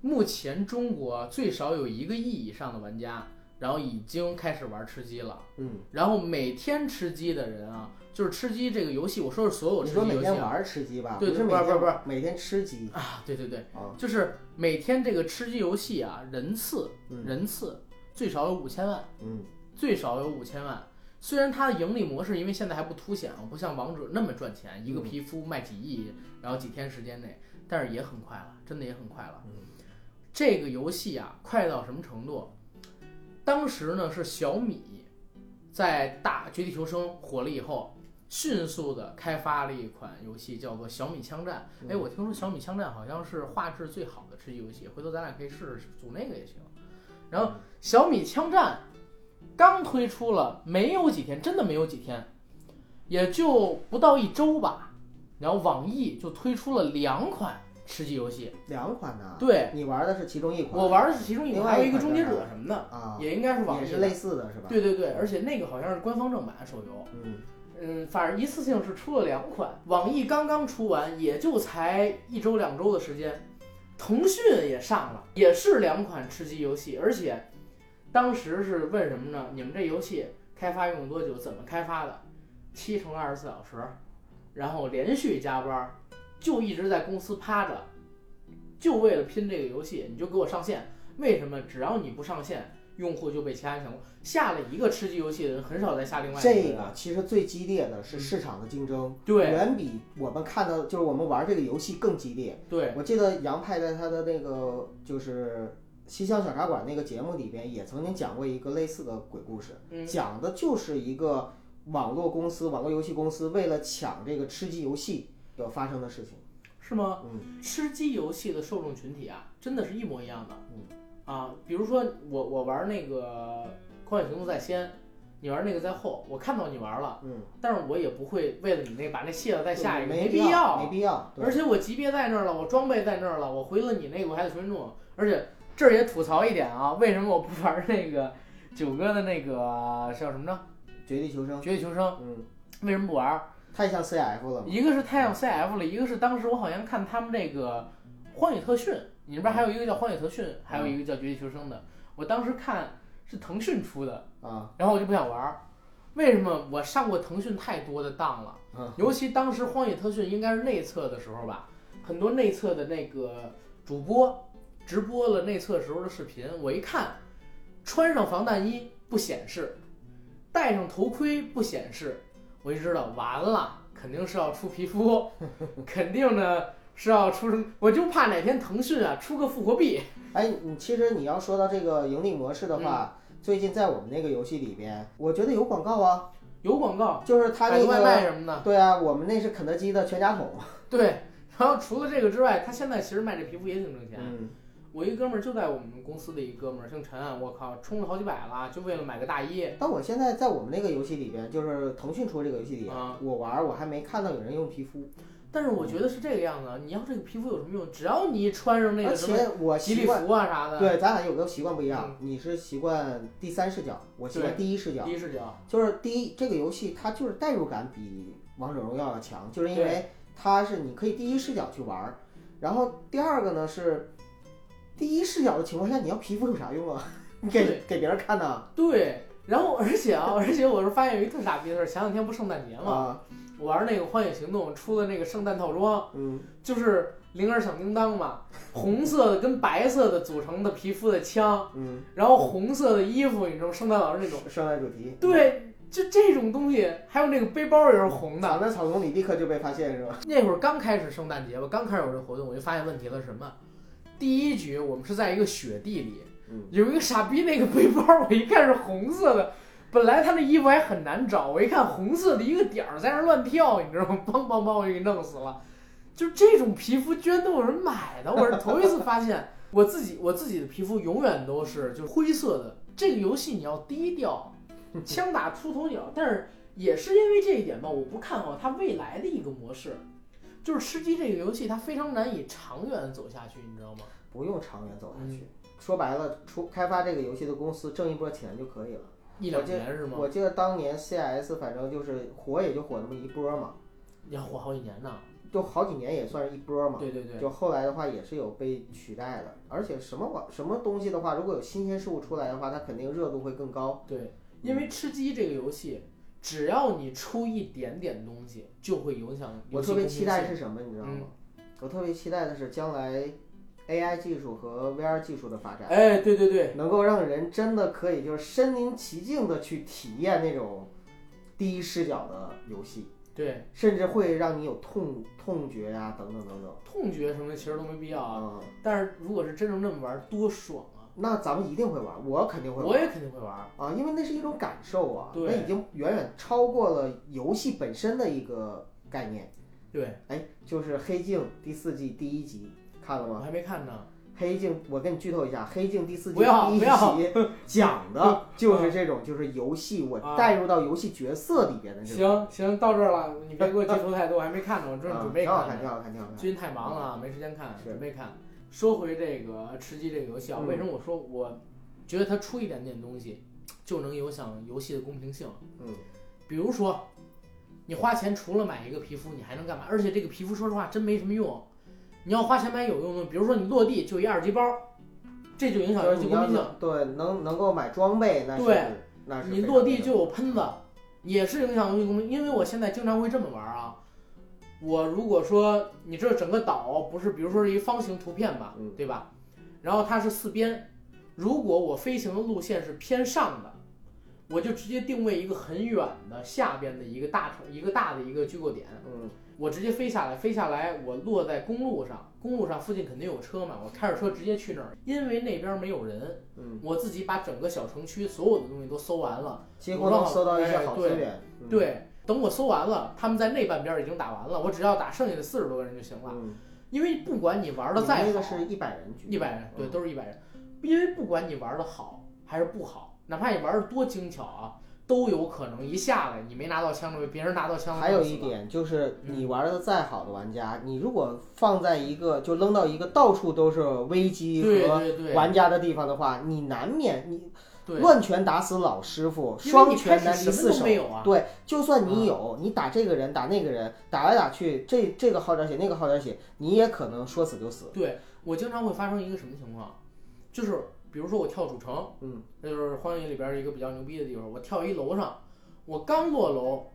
[SPEAKER 1] 目前中国最少有一个亿以上的玩家，然后已经开始玩吃鸡了。
[SPEAKER 2] 嗯，
[SPEAKER 1] 然后每天吃鸡的人啊，就是吃鸡这个游戏，我说是所有
[SPEAKER 2] 你
[SPEAKER 1] 吃
[SPEAKER 2] 说
[SPEAKER 1] 鸡
[SPEAKER 2] 每
[SPEAKER 1] 游戏
[SPEAKER 2] 天
[SPEAKER 1] 啊，
[SPEAKER 2] 玩吃鸡吧？
[SPEAKER 1] 对
[SPEAKER 2] 不是每
[SPEAKER 1] 不是
[SPEAKER 2] 天
[SPEAKER 1] 不是不是
[SPEAKER 2] 每天吃鸡
[SPEAKER 1] 啊，对对对，
[SPEAKER 2] 啊。
[SPEAKER 1] 就是每天这个吃鸡游戏啊，人次
[SPEAKER 2] 嗯
[SPEAKER 1] 人次最少有五千万，
[SPEAKER 2] 嗯
[SPEAKER 1] 最少有五千万。虽然它的盈利模式因为现在还不凸显啊，不像王者那么赚钱，一个
[SPEAKER 2] 嗯
[SPEAKER 1] 皮肤卖几亿，然后几天时间内，但是也很快了，真的也很快了。
[SPEAKER 2] 嗯
[SPEAKER 1] 这个游戏啊，快到什么程度？当时呢是小米在大《绝地求生》火了以后，迅速的开发了一款游戏，叫做《小米枪战》。哎，
[SPEAKER 2] 嗯
[SPEAKER 1] 我听说《小米枪战》好像是画质最好的吃鸡游戏，回头咱俩可以试试组那个也行。然
[SPEAKER 2] 嗯
[SPEAKER 1] 后《小米枪战》刚推出了没有几天，真的没有几天，也就不到一周吧。然后网易就推出了两款吃鸡游戏。
[SPEAKER 2] 两款呢？
[SPEAKER 1] 对，
[SPEAKER 2] 你玩的是其中一款，
[SPEAKER 1] 我玩的是其中一
[SPEAKER 2] 啊另
[SPEAKER 1] 款，
[SPEAKER 2] 外
[SPEAKER 1] 还有一
[SPEAKER 2] 一
[SPEAKER 1] 个
[SPEAKER 2] 款
[SPEAKER 1] 终
[SPEAKER 2] 在
[SPEAKER 1] 结
[SPEAKER 2] 哪
[SPEAKER 1] 者什么的，
[SPEAKER 2] 啊，
[SPEAKER 1] 也应该是网
[SPEAKER 2] 也
[SPEAKER 1] 易
[SPEAKER 2] 是
[SPEAKER 1] 的
[SPEAKER 2] 类。似的是吧？
[SPEAKER 1] 对对对，而且那个好像是官方正版手游。
[SPEAKER 2] 嗯，
[SPEAKER 1] 嗯，反正一次性是出了两款，网易刚刚出完，也就才一周两周的时间，腾讯也上了，也是两款吃鸡游戏，而且当时是问什么呢？你们这游戏开发用了多久？怎么开发的？七乘二十四小时，然后连续加班儿，就一直在公司趴着，就为了拼这个游戏，你就给我上线。为什么只要你不上线，用户就被其他用户下了一个吃鸡游戏的人很少再下另外一
[SPEAKER 2] 这
[SPEAKER 1] 的
[SPEAKER 2] 个其实最激烈的是市场的竞争，
[SPEAKER 1] 对
[SPEAKER 2] 远比我们看到就是我们玩这个游戏更激烈。
[SPEAKER 1] 对，
[SPEAKER 2] 我记得杨派在他的那个就是西乡小茶馆那个节目里边也曾经讲过一个类似的鬼故事，
[SPEAKER 1] 嗯
[SPEAKER 2] 讲的就是一个网络公司、网络游戏公司为了抢这个吃鸡游戏的发生的事情。
[SPEAKER 1] 是吗？
[SPEAKER 2] 嗯，
[SPEAKER 1] 吃鸡游戏的受众群体啊，真的是一模一样的。
[SPEAKER 2] 嗯，
[SPEAKER 1] 啊，比如说我我玩那个《狂野行动在先》，你玩那个在后，我看到你玩了，
[SPEAKER 2] 嗯，
[SPEAKER 1] 但是我也不会为了你那把那卸了再下一个，
[SPEAKER 2] 没
[SPEAKER 1] 必
[SPEAKER 2] 要，没必要。对
[SPEAKER 1] 而且我级别在那儿了，我装备在那儿了，我回了你那个我还得重新弄。而且这儿也吐槽一点啊，为什么我不玩那个九哥的那个叫什么呢？
[SPEAKER 2] 绝地求生，
[SPEAKER 1] 绝地求生
[SPEAKER 2] 嗯，
[SPEAKER 1] 为什么不玩？
[SPEAKER 2] 太像 CF 了嘛。
[SPEAKER 1] 一个是太阳 CF 了，一个是当时我好像看他们这个《荒野特训》，里边还有一个叫《荒野特训》，还有一个叫《绝地求生》的。我当时看是腾讯出的，
[SPEAKER 2] 啊，
[SPEAKER 1] 然后我就不想玩儿。为什么我上过腾讯太多的当了？
[SPEAKER 2] 嗯
[SPEAKER 1] 尤其当时《荒野特训》应该是内测的时候吧，很多内测的那个主播直播了内测时候的视频，我一看，穿上防弹衣不显示，戴上头盔不显示，我就知道完了，肯定是要出皮肤， 肯定呢是要出什么，我就怕哪天腾讯啊出个复活币，
[SPEAKER 2] 哎，你其实你要说到这个盈利模式的话，
[SPEAKER 1] 嗯
[SPEAKER 2] 最近在我们那个游戏里边，我觉得有广告啊，
[SPEAKER 1] 有广告，
[SPEAKER 2] 就是他
[SPEAKER 1] 买
[SPEAKER 2] 那
[SPEAKER 1] 个外卖
[SPEAKER 2] 个，
[SPEAKER 1] 什么的，
[SPEAKER 2] 对啊，我们那是肯德基的全家桶，
[SPEAKER 1] 对。然后除了这个之外，他现在其实卖这皮肤也挺挣钱。
[SPEAKER 2] 嗯，
[SPEAKER 1] 我一哥们儿就在我们公司的一哥们儿，姓陈啊，我靠，充了好几百了，就为了买个大衣。
[SPEAKER 2] 但我现在在我们那个游戏里边，就是腾讯出这个游戏里，
[SPEAKER 1] 啊
[SPEAKER 2] 我玩儿我还没看到有人用皮肤，
[SPEAKER 1] 但是我觉得是这个样子，啊，你要这个皮肤有什么用？只要你穿上那
[SPEAKER 2] 而
[SPEAKER 1] 个什么
[SPEAKER 2] 且我
[SPEAKER 1] 吉
[SPEAKER 2] 习
[SPEAKER 1] 利
[SPEAKER 2] 惯，
[SPEAKER 1] 服啊啥的，，
[SPEAKER 2] 对，咱俩有个习惯不一样，你是习惯第三视角，我习惯第一视
[SPEAKER 1] 嗯
[SPEAKER 2] 角
[SPEAKER 1] 第，一视角，
[SPEAKER 2] 就是第一这个游戏它就是代入感比王者荣耀要强，就是因为它是你可以第一视角去玩儿，然后第二个呢是第一视角的情况下，你要皮肤有啥用啊？ 你给
[SPEAKER 1] 对
[SPEAKER 2] 给别人看呐
[SPEAKER 1] 对。然后而且啊，而且我是发现有一特傻逼的事儿，前两天不圣诞节嘛，
[SPEAKER 2] 啊，
[SPEAKER 1] 我玩那个《荒野行动》出的那个圣诞套装，
[SPEAKER 2] 嗯，
[SPEAKER 1] 就是铃儿响叮当嘛，红色的跟白色的组成的皮肤的枪，
[SPEAKER 2] 嗯，
[SPEAKER 1] 然后红色的衣服，你知道吗圣诞老师那种，
[SPEAKER 2] 圣诞主题，，
[SPEAKER 1] 对，就这种东西，还有那个背包也是红的，
[SPEAKER 2] 挡在草丛里立刻就被发现是吧？
[SPEAKER 1] 那会儿刚开始圣诞节吧，刚开始有这活动，我就发现问题了是什么？第一局我们是在一个雪地里，
[SPEAKER 2] 嗯
[SPEAKER 1] 有一个傻逼那个背包，我一看是红色的，本来他那衣服还很难找，我一看红色的一个点儿在那儿乱跳，你知道吗？梆梆梆，我就给弄死了。就这种皮肤居然都有人买的，我是头一次发现我自己我自己的皮肤永远都是就是灰色的。这个游戏你要低调，枪打出头鸟，但是也是因为这一点吧，我不看好它未来的一个模式。就是吃鸡这个游戏，它非常难以长远地走下去，你知道吗？
[SPEAKER 2] 不用长远走下
[SPEAKER 1] 嗯
[SPEAKER 2] 去。说白了，出开发这个游戏的公司挣一波钱就可以了。
[SPEAKER 1] 一两年是吗？
[SPEAKER 2] 我记得当年 CS 反正就是火也就火那么一波嘛，
[SPEAKER 1] 你要活好几年呢。
[SPEAKER 2] 就好几年也算是一波嘛。
[SPEAKER 1] 对对对，
[SPEAKER 2] 就后来的话也是有被取代的，而且什么玩什么东西的话，如果有新鲜事物出来的话，它肯定热度会更高。
[SPEAKER 1] 对，因为吃鸡这个游戏，只要你出一点点东西，就会影响游
[SPEAKER 2] 我
[SPEAKER 1] 戏
[SPEAKER 2] 特
[SPEAKER 1] 公
[SPEAKER 2] 别
[SPEAKER 1] 平性。嗯
[SPEAKER 2] 期待是什么，你知道吗？我特别期待的是将来 AI 技术和 VR 技术的发展，
[SPEAKER 1] 哎，对对对，
[SPEAKER 2] 能够让人真的可以就是身临其境的去体验那种第一视角的游戏，
[SPEAKER 1] 对，
[SPEAKER 2] 甚至会让你有痛痛觉呀、等等等等
[SPEAKER 1] 痛觉什么的其实都没必要啊。
[SPEAKER 2] 啊、
[SPEAKER 1] 但是如果是真正那么玩，多爽啊！
[SPEAKER 2] 那咱们一定会玩，我肯定会玩。
[SPEAKER 1] 我也肯定会玩。
[SPEAKER 2] 啊，因为那是一种感受啊，
[SPEAKER 1] 对
[SPEAKER 2] 那已经远远超过了游戏本身的一个概念。
[SPEAKER 1] 对，
[SPEAKER 2] 哎，就是《黑镜》第四季第一集看了
[SPEAKER 1] 我
[SPEAKER 2] 吗？
[SPEAKER 1] 还没看呢。
[SPEAKER 2] 《黑镜，我跟你剧透一下，黑镜第四季
[SPEAKER 1] 不要
[SPEAKER 2] 第一
[SPEAKER 1] 不要
[SPEAKER 2] 集讲的就是这种，就是游戏，我
[SPEAKER 1] 啊
[SPEAKER 2] 带入到游戏角色里边的这种。
[SPEAKER 1] 行行，到这儿了，你别给我剧透太多，我还没看呢，我正
[SPEAKER 2] 啊
[SPEAKER 1] 准备
[SPEAKER 2] 挺好看，
[SPEAKER 1] 呢
[SPEAKER 2] 挺好看，挺好看。
[SPEAKER 1] 最近太忙了啊，没时间看，
[SPEAKER 2] 嗯是
[SPEAKER 1] 准备看。说回这个吃鸡这个游戏啊，
[SPEAKER 2] 嗯
[SPEAKER 1] 为什么我说我觉得它出一点点东西就能影响游戏的公平性？
[SPEAKER 2] 嗯，
[SPEAKER 1] 比如说，你花钱除了买一个皮肤，你还能干嘛？而且这个皮肤说实话真没什么用，你要花钱买有用的，比如说你落地就一二级包，这就影响
[SPEAKER 2] 就
[SPEAKER 1] 游
[SPEAKER 2] 是
[SPEAKER 1] 戏
[SPEAKER 2] 你
[SPEAKER 1] 公
[SPEAKER 2] 要
[SPEAKER 1] 平性。
[SPEAKER 2] 能对能能够买装备，那是
[SPEAKER 1] 对
[SPEAKER 2] 那是
[SPEAKER 1] 你
[SPEAKER 2] 非常
[SPEAKER 1] 落地
[SPEAKER 2] 那个
[SPEAKER 1] 就有喷子，也是影响游戏公平。因为我现在经常会这么玩啊，我如果说你这整个岛不是，比如说是一方形图片吧，
[SPEAKER 2] 嗯
[SPEAKER 1] 对吧？然后它是四边，如果我飞行的路线是偏上的，我就直接定位一个很远的下边的一个大城一个大的一个聚购点，
[SPEAKER 2] 嗯
[SPEAKER 1] 我直接飞下来，飞下来，我落在公路上，公路上附近肯定有车嘛，我开着车直接去那儿，因为那边没有人，
[SPEAKER 2] 嗯，
[SPEAKER 1] 我自己把整个小城区所有的东西都搜完了。哎
[SPEAKER 2] 几乎能搜到一些好资
[SPEAKER 1] 对
[SPEAKER 2] 源。嗯，
[SPEAKER 1] 对，等我搜完了，他们在那半边已经打完了，我只要打剩下的四十多个人就行了。
[SPEAKER 2] 嗯，
[SPEAKER 1] 因为不管你玩的再
[SPEAKER 2] 你那
[SPEAKER 1] 好
[SPEAKER 2] 个，是一百人局，
[SPEAKER 1] 一百人，对，
[SPEAKER 2] 嗯
[SPEAKER 1] 都是一百人。因为不管你玩的好还是不好，哪怕你玩的多精巧啊，都有可能一下来你没拿到枪，被别人拿到枪了。
[SPEAKER 2] 还有一
[SPEAKER 1] 弄死了，
[SPEAKER 2] 点就是，
[SPEAKER 1] 嗯
[SPEAKER 2] 你玩的再好的玩家，你如果放在一个就扔到一个到处都是危机
[SPEAKER 1] 对
[SPEAKER 2] 和
[SPEAKER 1] 对对
[SPEAKER 2] 玩家的地方的话，你难免你
[SPEAKER 1] 对，
[SPEAKER 2] 乱拳打死老师傅，
[SPEAKER 1] 因为
[SPEAKER 2] 双
[SPEAKER 1] 你开
[SPEAKER 2] 拳
[SPEAKER 1] 始
[SPEAKER 2] 难敌
[SPEAKER 1] 什么
[SPEAKER 2] 四
[SPEAKER 1] 都
[SPEAKER 2] 手
[SPEAKER 1] 没。有啊。
[SPEAKER 2] 对，就算你有，你打这个人打那个人，打来打去，这这个号点血那个号点血，你也可能说死就死。
[SPEAKER 1] 对我经常会发生一个什么情况，就是比如说我跳主城，
[SPEAKER 2] 嗯，
[SPEAKER 1] 那就是荒野里边儿一个比较牛逼的地方，我跳一楼上，我刚落楼，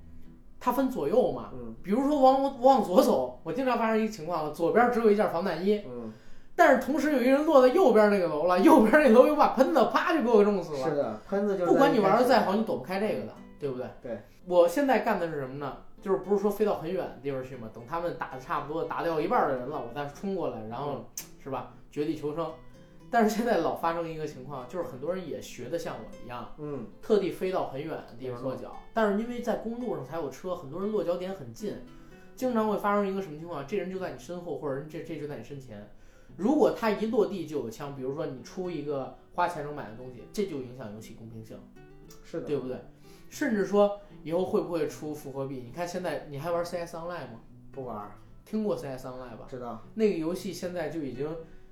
[SPEAKER 1] 它分左右嘛，
[SPEAKER 2] 嗯
[SPEAKER 1] 比如说往我往左走，我经常发生一个情况，我左边只有一件防弹衣，
[SPEAKER 2] 嗯，
[SPEAKER 1] 但是同时有一个人落在右边那个楼了，右边那楼有把喷子，啪就给我弄死了。
[SPEAKER 2] 是的，喷子就是
[SPEAKER 1] 不管你玩的
[SPEAKER 2] 的
[SPEAKER 1] 再好，你躲不开这个的，对不对？
[SPEAKER 2] 对。
[SPEAKER 1] 我现在干的是什么呢？就是不是说飞到很远的地方去嘛？等他们打的差不多，打掉一半的人了，我再冲过来，然
[SPEAKER 2] 嗯
[SPEAKER 1] 后是吧，绝地求生。但是现在老发生一个情况，就是很多人也学的像我一样，
[SPEAKER 2] 嗯，
[SPEAKER 1] 特地飞到很远的地方
[SPEAKER 2] 没错
[SPEAKER 1] 落脚。但是因为在公路上才有车，很多人落脚点很近，经常会发生一个什么情况？这人就在你身后，或者人这这就在你身前。如果他一落地就有枪，比如说你出一个花钱能买的东西，这就影响游戏公平性。
[SPEAKER 2] 是的，
[SPEAKER 1] 对不对？甚至说以后会不会出复活币？你看现在你还玩 CS Online 吗？
[SPEAKER 2] 不玩儿，
[SPEAKER 1] 听过 CS Online 吧？
[SPEAKER 2] 知道。
[SPEAKER 1] 那个游戏现在就已经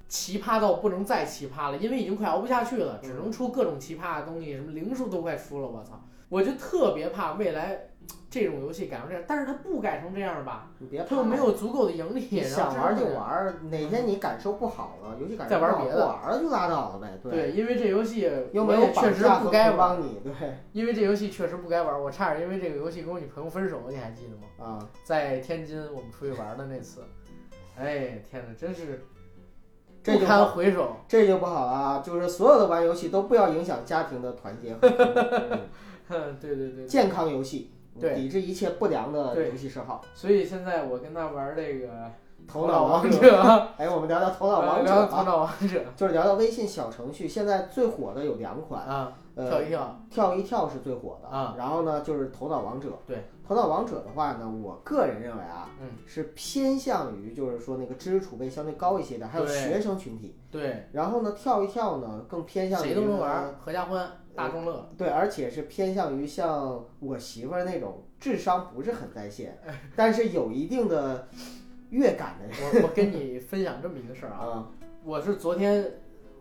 [SPEAKER 1] 奇葩到不能再奇葩了，因为已经快熬不下去了，只
[SPEAKER 2] 嗯
[SPEAKER 1] 能出各种奇葩的东西，什么灵数都快出了，我操！我就特别怕未来这种游戏改成这样，但是它不改成这样吧，
[SPEAKER 2] 你别
[SPEAKER 1] 它
[SPEAKER 2] 怕
[SPEAKER 1] 又没有足够的盈利，
[SPEAKER 2] 你
[SPEAKER 1] 然后
[SPEAKER 2] 想
[SPEAKER 1] 这样
[SPEAKER 2] 玩儿就
[SPEAKER 1] 的人
[SPEAKER 2] 玩儿，哪天你感受不好了，游戏感
[SPEAKER 1] 啊再
[SPEAKER 2] 受不
[SPEAKER 1] 玩
[SPEAKER 2] 好
[SPEAKER 1] 别
[SPEAKER 2] 不
[SPEAKER 1] 的
[SPEAKER 2] 玩儿了就拉倒了呗。，
[SPEAKER 1] 对，因为这游戏
[SPEAKER 2] 又
[SPEAKER 1] 我
[SPEAKER 2] 没
[SPEAKER 1] 也
[SPEAKER 2] 有
[SPEAKER 1] 确
[SPEAKER 2] 绑
[SPEAKER 1] 实
[SPEAKER 2] 架
[SPEAKER 1] 不
[SPEAKER 2] 和
[SPEAKER 1] 该
[SPEAKER 2] 捆
[SPEAKER 1] 玩，
[SPEAKER 2] 绑你，对
[SPEAKER 1] 因为这游戏确实不该玩，我差点因为这个游戏跟我女朋友分手，你还记得吗？
[SPEAKER 2] 啊，
[SPEAKER 1] 在天津我们出去玩的那次，哎，天哪，真是
[SPEAKER 2] 这
[SPEAKER 1] 不
[SPEAKER 2] 就
[SPEAKER 1] 堪
[SPEAKER 2] 不
[SPEAKER 1] 回 首。
[SPEAKER 2] 这就不好了啊！就是所有的玩游戏都不要影响家庭的团结和平 衡
[SPEAKER 1] 哼，对对对
[SPEAKER 2] 嗯，健康游戏，
[SPEAKER 1] 对
[SPEAKER 2] 抵制一切不良的
[SPEAKER 1] 对
[SPEAKER 2] 游戏嗜好。
[SPEAKER 1] 所以现在我跟他玩这个
[SPEAKER 2] 头
[SPEAKER 1] 脑
[SPEAKER 2] 脑王 者，
[SPEAKER 1] 者，
[SPEAKER 2] 哎，我们聊聊头脑
[SPEAKER 1] 呃
[SPEAKER 2] 王者啊
[SPEAKER 1] 聊头
[SPEAKER 2] 吧，
[SPEAKER 1] 脑王者
[SPEAKER 2] 就是聊聊微信小程序，现在最火的有两款，
[SPEAKER 1] 啊，跳
[SPEAKER 2] 呃，
[SPEAKER 1] 一跳，
[SPEAKER 2] 跳一跳是最火的
[SPEAKER 1] 啊。
[SPEAKER 2] 然后呢，就是头脑王者。
[SPEAKER 1] 对，
[SPEAKER 2] 头脑王者的话呢，我个人认为啊，
[SPEAKER 1] 嗯，
[SPEAKER 2] 是偏向于就是说那个知识储备相对高一些的，还有
[SPEAKER 1] 对
[SPEAKER 2] 学生群体。
[SPEAKER 1] 对，
[SPEAKER 2] 然后呢，跳一跳呢更偏向于
[SPEAKER 1] 谁都能
[SPEAKER 2] 呢
[SPEAKER 1] 玩，合家
[SPEAKER 2] 哎
[SPEAKER 1] 欢，大众乐，
[SPEAKER 2] 对，而且是偏向于像我媳妇儿那种智商不是很 在线，但是有一定的乐感的人
[SPEAKER 1] 我我跟你分享这么一个事儿啊，
[SPEAKER 2] 啊，
[SPEAKER 1] 我是昨天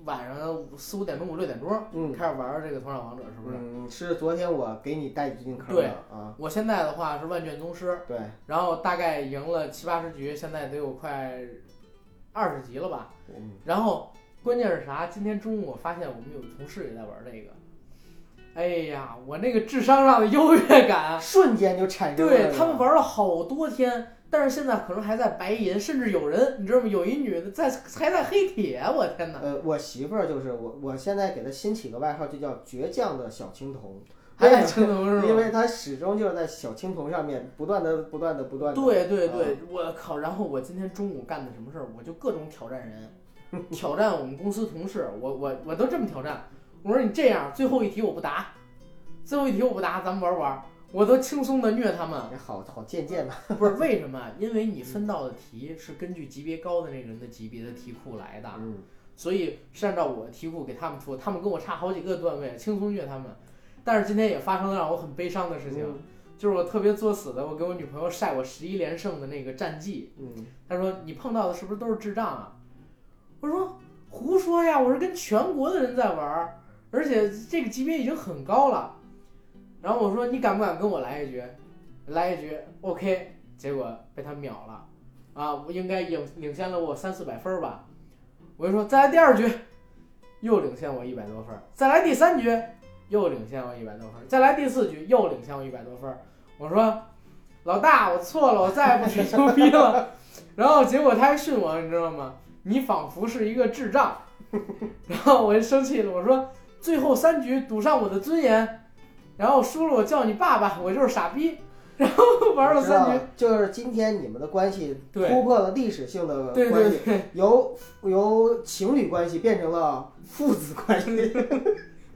[SPEAKER 1] 晚上五四五点钟五六点钟
[SPEAKER 2] 嗯
[SPEAKER 1] 开始玩这个头脑王者，是不是？
[SPEAKER 2] 嗯，是昨天我给你带进坑
[SPEAKER 1] 对
[SPEAKER 2] 的啊，
[SPEAKER 1] 我现在的话是万卷宗师，
[SPEAKER 2] 对，
[SPEAKER 1] 然后大概赢了七八十局，现在得有快二十级了吧。
[SPEAKER 2] 嗯，
[SPEAKER 1] 然后关键是啥？今天中午我发现我们有同事也在玩这个。哎呀，我那个智商上的优越感，啊
[SPEAKER 2] 瞬间就产生了
[SPEAKER 1] 对他们玩了好多天，但是现在可能还在白银，甚至有人你知道吗？有一女的在还在黑铁，我天哪！
[SPEAKER 2] 呃，我媳妇儿就是我，我现在给她新起个外号，就叫倔强的小青 铜，
[SPEAKER 1] 还在
[SPEAKER 2] 为
[SPEAKER 1] 青铜是
[SPEAKER 2] 因
[SPEAKER 1] 吗？
[SPEAKER 2] 为她始终就是在小青铜上面不断的、不断的、不断的。
[SPEAKER 1] 对对对
[SPEAKER 2] 啊，
[SPEAKER 1] 我靠！然后我今天中午干的什么事儿？我就各种挑战人， 挑战我们公司同事，我我我都这么挑战。我说你这样，最后一题我不答，最后一题我不答，咱们玩玩。我都轻松的虐他们，
[SPEAKER 2] 哎好好贱贱的，
[SPEAKER 1] 不是为什么？因为你分到的题是根据级别高的那个人的级别的题库来的，
[SPEAKER 2] 嗯，
[SPEAKER 1] 所以是按照我题库给他们出，他们跟我差好几个段位，轻松虐他们。但是今天也发生了让我很悲伤的事情，
[SPEAKER 2] 嗯
[SPEAKER 1] 就是我特别作死的，我给我女朋友晒我十一连胜的那个战绩，
[SPEAKER 2] 嗯，
[SPEAKER 1] 她说你碰到的是不是都是智障啊？我说胡说呀，我是跟全国的人在玩儿，而且这个级别已经很高了。然后我说你敢不敢跟我来一局？来一局，OK。结果被他秒了，啊，我应该领领先了我三四百分儿吧。我就说再来第二局，又领先我一百多分儿；再来第三局，又领先我一百多分儿；再来第四局，又领先我一百多分儿。我说老大，我错了，我再也不吹牛逼了。 然后结果他还训我，你知道吗？你仿佛是一个智障。 然后我就生气了，我说最后三局赌上我的尊严，然后输了我叫你爸爸，我就是傻逼。然后玩了
[SPEAKER 2] 知道
[SPEAKER 1] 三局，
[SPEAKER 2] 了就是今天你们的关系
[SPEAKER 1] 对
[SPEAKER 2] 突破了历史性的
[SPEAKER 1] 对
[SPEAKER 2] 关
[SPEAKER 1] 对
[SPEAKER 2] 系，
[SPEAKER 1] 对，
[SPEAKER 2] 由由情侣关系变成了父子关系。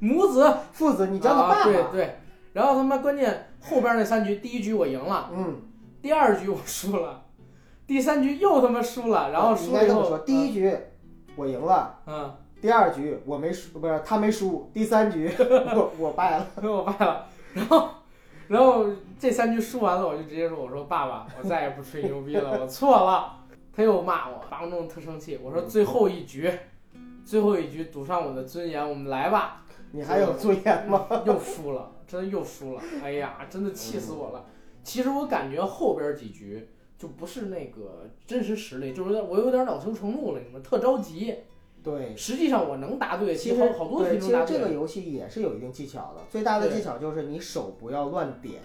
[SPEAKER 1] 母子，
[SPEAKER 2] 父子，你叫他爸
[SPEAKER 1] 啊、对
[SPEAKER 2] 爸。
[SPEAKER 1] 对。然后他妈关键后边那三局，第一局我赢了，
[SPEAKER 2] 嗯，
[SPEAKER 1] 第二局我输了，第三局又他妈输了，然后
[SPEAKER 2] 应
[SPEAKER 1] 输了
[SPEAKER 2] 该
[SPEAKER 1] 以
[SPEAKER 2] 这么
[SPEAKER 1] 后，啊
[SPEAKER 2] 说：第一局我赢了，
[SPEAKER 1] 嗯，
[SPEAKER 2] 第二局我没输，不是他没输，第三 局我我败了。
[SPEAKER 1] 嗯，我败了，然后。然后这三局输完了，我就直接说：“我说爸爸，我再也不吹牛逼了，我错了。”他又骂我，把我弄得特生气。我说：“最后一局，最后一局赌上我的尊严，我们来吧。”
[SPEAKER 2] 你还有尊 严吗？
[SPEAKER 1] 又输了，真的又输了，哎呀，真的气死我了。
[SPEAKER 2] 嗯
[SPEAKER 1] 其实我感觉后边几局就不是那个真实实力，就是有点我有点恼羞成怒了，你们特着急。
[SPEAKER 2] 对，
[SPEAKER 1] 实际上我能答对，
[SPEAKER 2] 哎
[SPEAKER 1] 其
[SPEAKER 2] 其实
[SPEAKER 1] 实好好多
[SPEAKER 2] 对
[SPEAKER 1] 题能
[SPEAKER 2] 其实
[SPEAKER 1] 答
[SPEAKER 2] 这个
[SPEAKER 1] 对。
[SPEAKER 2] 游戏也是有一定技巧的，最大的
[SPEAKER 1] 对
[SPEAKER 2] 技巧就是你手不要乱点，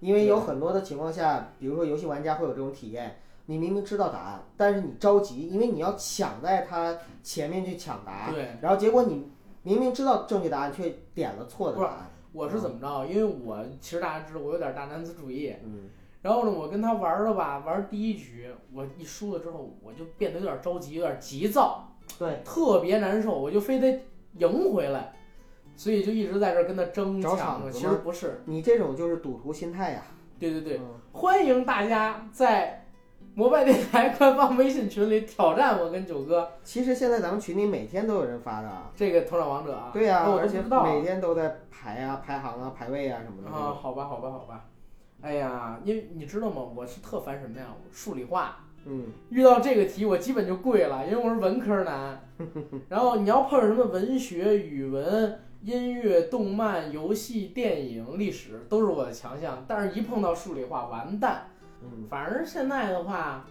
[SPEAKER 2] 因为有很多的情况下，比如说游戏玩家会有这种体验，你明明知道答案，但是你着急，因为你要抢在他前面去抢答案，
[SPEAKER 1] 对，
[SPEAKER 2] 然后结果你明明知道正确答案，却点了错的答案。
[SPEAKER 1] 我是怎么着？因为我其实大家知道我有点大男子主义，
[SPEAKER 2] 嗯，
[SPEAKER 1] 然后呢，我跟他玩了吧，玩第一局我一输了之后，我就变得有点着急，有点急躁。
[SPEAKER 2] 对，
[SPEAKER 1] 特别难受，我就非得赢回来，所以就一直在这儿跟他争
[SPEAKER 2] 找
[SPEAKER 1] 抢
[SPEAKER 2] 场
[SPEAKER 1] 着。
[SPEAKER 2] 子
[SPEAKER 1] 其实
[SPEAKER 2] 吗
[SPEAKER 1] 不是，
[SPEAKER 2] 你这种就是赌徒心态呀。
[SPEAKER 1] 对对对，
[SPEAKER 2] 嗯
[SPEAKER 1] 欢迎大家在摩拜电台官方微信群里挑战我跟九哥
[SPEAKER 2] 其实现在咱们群里每天都有人发的啊。
[SPEAKER 1] 这个头脑王者啊。
[SPEAKER 2] 对呀、
[SPEAKER 1] 那我都
[SPEAKER 2] 而且
[SPEAKER 1] 不知道啊
[SPEAKER 2] 每天都在排啊、排行啊、排位啊什么的。
[SPEAKER 1] 啊，好吧，好吧，好吧。哎呀，因为你知道吗？我是特烦什么呀？我数理化
[SPEAKER 2] 嗯，
[SPEAKER 1] 遇到这个题，我基本就跪了，因为我是文科 男。然后你要碰上什么文学、语文、音乐、动漫、游戏、电影、历史，都是我的强项。但是一碰到数理化，完蛋。
[SPEAKER 2] 嗯，
[SPEAKER 1] 反正现在的话，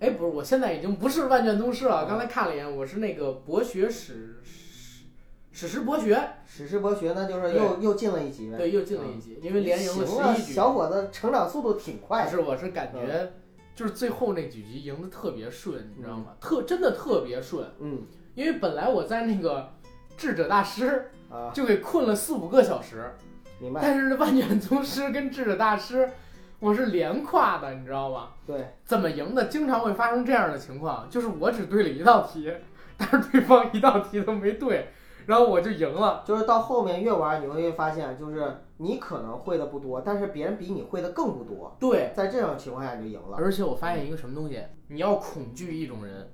[SPEAKER 1] 哎，不是，我现在已经不是万卷通师了。刚才看了一眼，我是那个博学史史史诗博学，
[SPEAKER 2] 史诗博学呢，就是又又进了一级呗。
[SPEAKER 1] 对，又进了一级，因为连赢了
[SPEAKER 2] 行啊
[SPEAKER 1] 十一局。
[SPEAKER 2] 小伙嗯子成长速度挺快
[SPEAKER 1] 不
[SPEAKER 2] 的。
[SPEAKER 1] 是，我是感觉就是最后那几局赢得特别顺，你知道吗？特真的特别顺，
[SPEAKER 2] 嗯
[SPEAKER 1] 因为本来我在那个智者大师
[SPEAKER 2] 啊，
[SPEAKER 1] 就给困了四五个小时，
[SPEAKER 2] 嗯明白。
[SPEAKER 1] 但是万卷宗师跟智者大师，我是连跨的，你知道吗？
[SPEAKER 2] 对，
[SPEAKER 1] 怎么赢的，经常会发生这样的情况，就是我只对了一道题， 但是对方一道题都没对，然后我就赢了。
[SPEAKER 2] 就是到后面越玩，你会发现，就是你可能会的不多，但是别人比你会的更不多。
[SPEAKER 1] 对，
[SPEAKER 2] 在这种情况下你就赢了。
[SPEAKER 1] 而且我发现一个什么东西，你要恐惧一种人，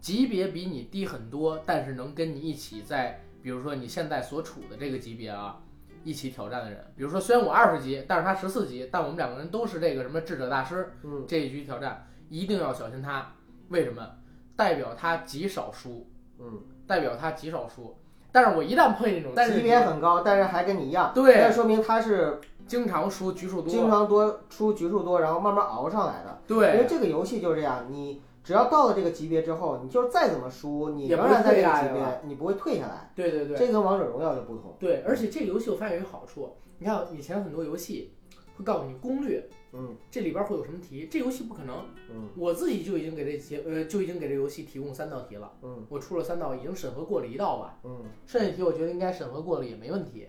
[SPEAKER 1] 级别比你低很多，但是能跟你一起在，比如说你现在所处的这个级别啊，一起挑战的人，比如说虽然我二十级，但是他十四级，但我们两个人都是这个什么智者大师，
[SPEAKER 2] 嗯，
[SPEAKER 1] 这一局挑战一定要小心他，为什么？代表他极少输。
[SPEAKER 2] 嗯，
[SPEAKER 1] 代表他极少输。但是我一旦碰见这种，但是
[SPEAKER 2] 级别很高，但是还跟你一样，那
[SPEAKER 1] 对
[SPEAKER 2] 说明他是
[SPEAKER 1] 经常输局数
[SPEAKER 2] 经
[SPEAKER 1] 多，
[SPEAKER 2] 常多出局数多，然后慢慢熬上来的。因为
[SPEAKER 1] 对，
[SPEAKER 2] 这个游戏就是这样，你只要到了这个级别之后，你就是再怎么输，你
[SPEAKER 1] 也不
[SPEAKER 2] 仍
[SPEAKER 1] 会
[SPEAKER 2] 然在这
[SPEAKER 1] 退下
[SPEAKER 2] 个
[SPEAKER 1] 来
[SPEAKER 2] 级别
[SPEAKER 1] 了，
[SPEAKER 2] 你不会退下来。
[SPEAKER 1] 对对对
[SPEAKER 2] 这跟王者荣耀就不同。
[SPEAKER 1] 对。而且这个游戏我发现有一个好处，你看以前很多游戏会告诉你攻略，
[SPEAKER 2] 嗯
[SPEAKER 1] 这里边会有什么题，这游戏不可能。
[SPEAKER 2] 嗯
[SPEAKER 1] 我自己就已经给这节呃就已经给这游戏提供三道题了，
[SPEAKER 2] 嗯
[SPEAKER 1] 我出了三道，已经审核过了一道吧。
[SPEAKER 2] 嗯，
[SPEAKER 1] 剩下题我觉得应该审核过了也没问题，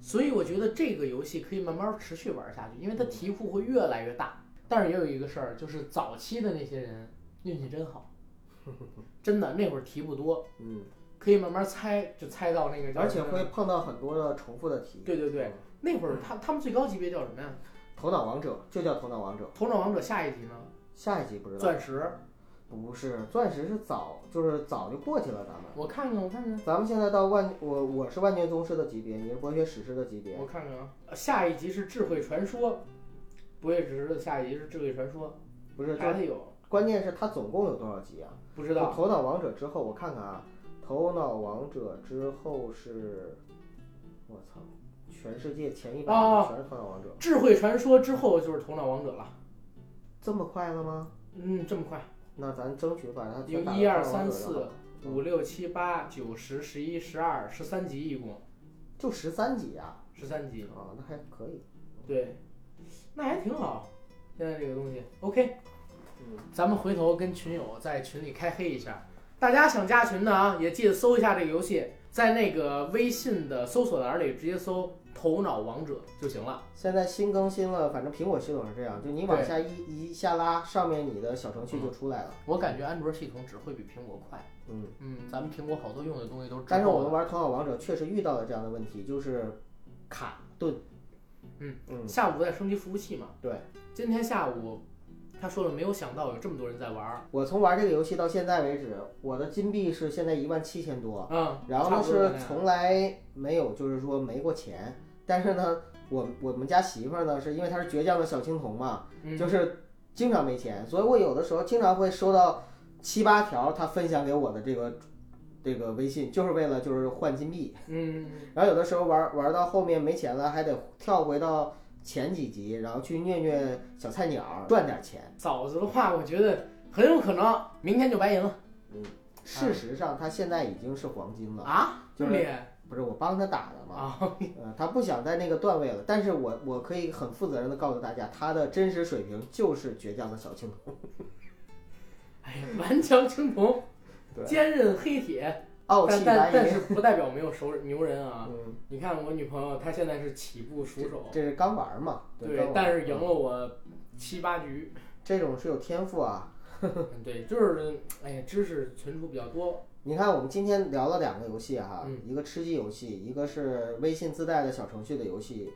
[SPEAKER 1] 所以我觉得这个游戏可以慢慢持续玩下去，因为它题库会越来越大。但是也有一个事儿，就是早期的那些人运气真 好，真的那会儿题不多，
[SPEAKER 2] 嗯，
[SPEAKER 1] 可以慢慢猜，就猜到那个叫
[SPEAKER 2] 而且
[SPEAKER 1] 什么
[SPEAKER 2] 会碰到很多的重复的题。
[SPEAKER 1] 对对对，那会儿他他们最高级别叫什么呀？
[SPEAKER 2] 头脑王者就叫头脑王者，
[SPEAKER 1] 头脑王者下一级呢？
[SPEAKER 2] 下一集不知道。
[SPEAKER 1] 钻石，
[SPEAKER 2] 不是，钻石是早，就是早就过去了。咱们，
[SPEAKER 1] 我看看，我看看，
[SPEAKER 2] 咱们现在到万，我我是万卷宗师的级别，你是博学史诗的级别。
[SPEAKER 1] 我看看啊。下一集是智慧传说，不夜之的下一集是智慧传说，
[SPEAKER 2] 不是，就
[SPEAKER 1] 还
[SPEAKER 2] 是
[SPEAKER 1] 得有
[SPEAKER 2] 关键是它总共有多少集啊？
[SPEAKER 1] 不知道。
[SPEAKER 2] 头脑王者之后，我看看啊，头脑王者之后是，我操，全世界前一百
[SPEAKER 1] 哦
[SPEAKER 2] 名全是头脑王者，
[SPEAKER 1] 智慧传说之后就是头脑王者了。
[SPEAKER 2] 这么快了吗？
[SPEAKER 1] 嗯，这么快，
[SPEAKER 2] 那咱争取把它
[SPEAKER 1] 有
[SPEAKER 2] 全打到
[SPEAKER 1] 一二
[SPEAKER 2] 头脑
[SPEAKER 1] 三
[SPEAKER 2] 王者就好
[SPEAKER 1] 四
[SPEAKER 2] 了
[SPEAKER 1] 五六七八九十十一十二十三集一共
[SPEAKER 2] 就十三集啊，
[SPEAKER 1] 十三集，
[SPEAKER 2] 啊，那还可以，
[SPEAKER 1] 对，那还挺好。现在这个东西，OK，
[SPEAKER 2] 嗯，
[SPEAKER 1] 咱们回头跟群友在群里开黑一下。大家想加群的啊，也记得搜一下这个游戏，在那个微信的搜索栏里直接搜“头脑王者”就行了。
[SPEAKER 2] 现在新更新了，反正苹果系统是这样，就你往
[SPEAKER 1] 对
[SPEAKER 2] 下一一下拉，上面你的小程序就出来了，
[SPEAKER 1] 我感觉安卓系统只会比苹果快。
[SPEAKER 2] 嗯。
[SPEAKER 1] 嗯，咱们苹果好多用的东西都是滞
[SPEAKER 2] 但是我
[SPEAKER 1] 后
[SPEAKER 2] 们
[SPEAKER 1] 的。
[SPEAKER 2] 玩《头脑王者》确实遇到了这样的问题，就是卡顿。
[SPEAKER 1] 嗯
[SPEAKER 2] 嗯，
[SPEAKER 1] 下午在升级服务器嘛，
[SPEAKER 2] 对。
[SPEAKER 1] 今天下午他说了，没有想到有这么多人在玩儿。
[SPEAKER 2] 我从玩这个游戏到现在为止，我的金币是现在一万七千多，
[SPEAKER 1] 嗯，
[SPEAKER 2] 然后
[SPEAKER 1] 差
[SPEAKER 2] 呢
[SPEAKER 1] 不多
[SPEAKER 2] 是
[SPEAKER 1] 那样
[SPEAKER 2] 从来没有就是说没过钱，但是呢，我我们家媳妇儿呢是因为她是倔强的小青铜嘛，
[SPEAKER 1] 嗯
[SPEAKER 2] 就是经常没钱，所以我有的时候经常会收到七八条她分享给我的这个这个微信，就是为了就是换金币，
[SPEAKER 1] 嗯，
[SPEAKER 2] 然后有的时候玩玩到后面没钱了，还得跳回到前几集，然后去虐虐小菜鸟赚点钱。
[SPEAKER 1] 嗯嫂子的话，我觉得很有可能明天就白银了
[SPEAKER 2] 事实上，他现在已经是黄金了，
[SPEAKER 1] 啊！
[SPEAKER 2] 嗯就是
[SPEAKER 1] 脸
[SPEAKER 2] 不是我帮他打的嘛？
[SPEAKER 1] 啊，
[SPEAKER 2] 呃，他不想在那个段位了。但是我我可以很负责任的告诉大家，他的真实水平就是倔强的小青铜。
[SPEAKER 1] 哎呀，顽强青铜，
[SPEAKER 2] 对
[SPEAKER 1] 坚韧黑铁，
[SPEAKER 2] 傲
[SPEAKER 1] 但
[SPEAKER 2] 气
[SPEAKER 1] 但
[SPEAKER 2] 难
[SPEAKER 1] 但
[SPEAKER 2] 言。
[SPEAKER 1] 是不代表没有熟牛人啊。
[SPEAKER 2] 嗯，
[SPEAKER 1] 你看我女朋友，她现在是起步熟手，
[SPEAKER 2] 这是刚玩嘛？刚
[SPEAKER 1] 对
[SPEAKER 2] 玩，嗯
[SPEAKER 1] 但是赢了我七八 局。
[SPEAKER 2] 这种是有天赋啊。
[SPEAKER 1] 嗯对，就是哎呀，知识存储比较多。
[SPEAKER 2] 你看，我们今天聊了两个游戏啊哈，
[SPEAKER 1] 嗯
[SPEAKER 2] 一个吃鸡游戏，一个是微信自带的小程序的游戏。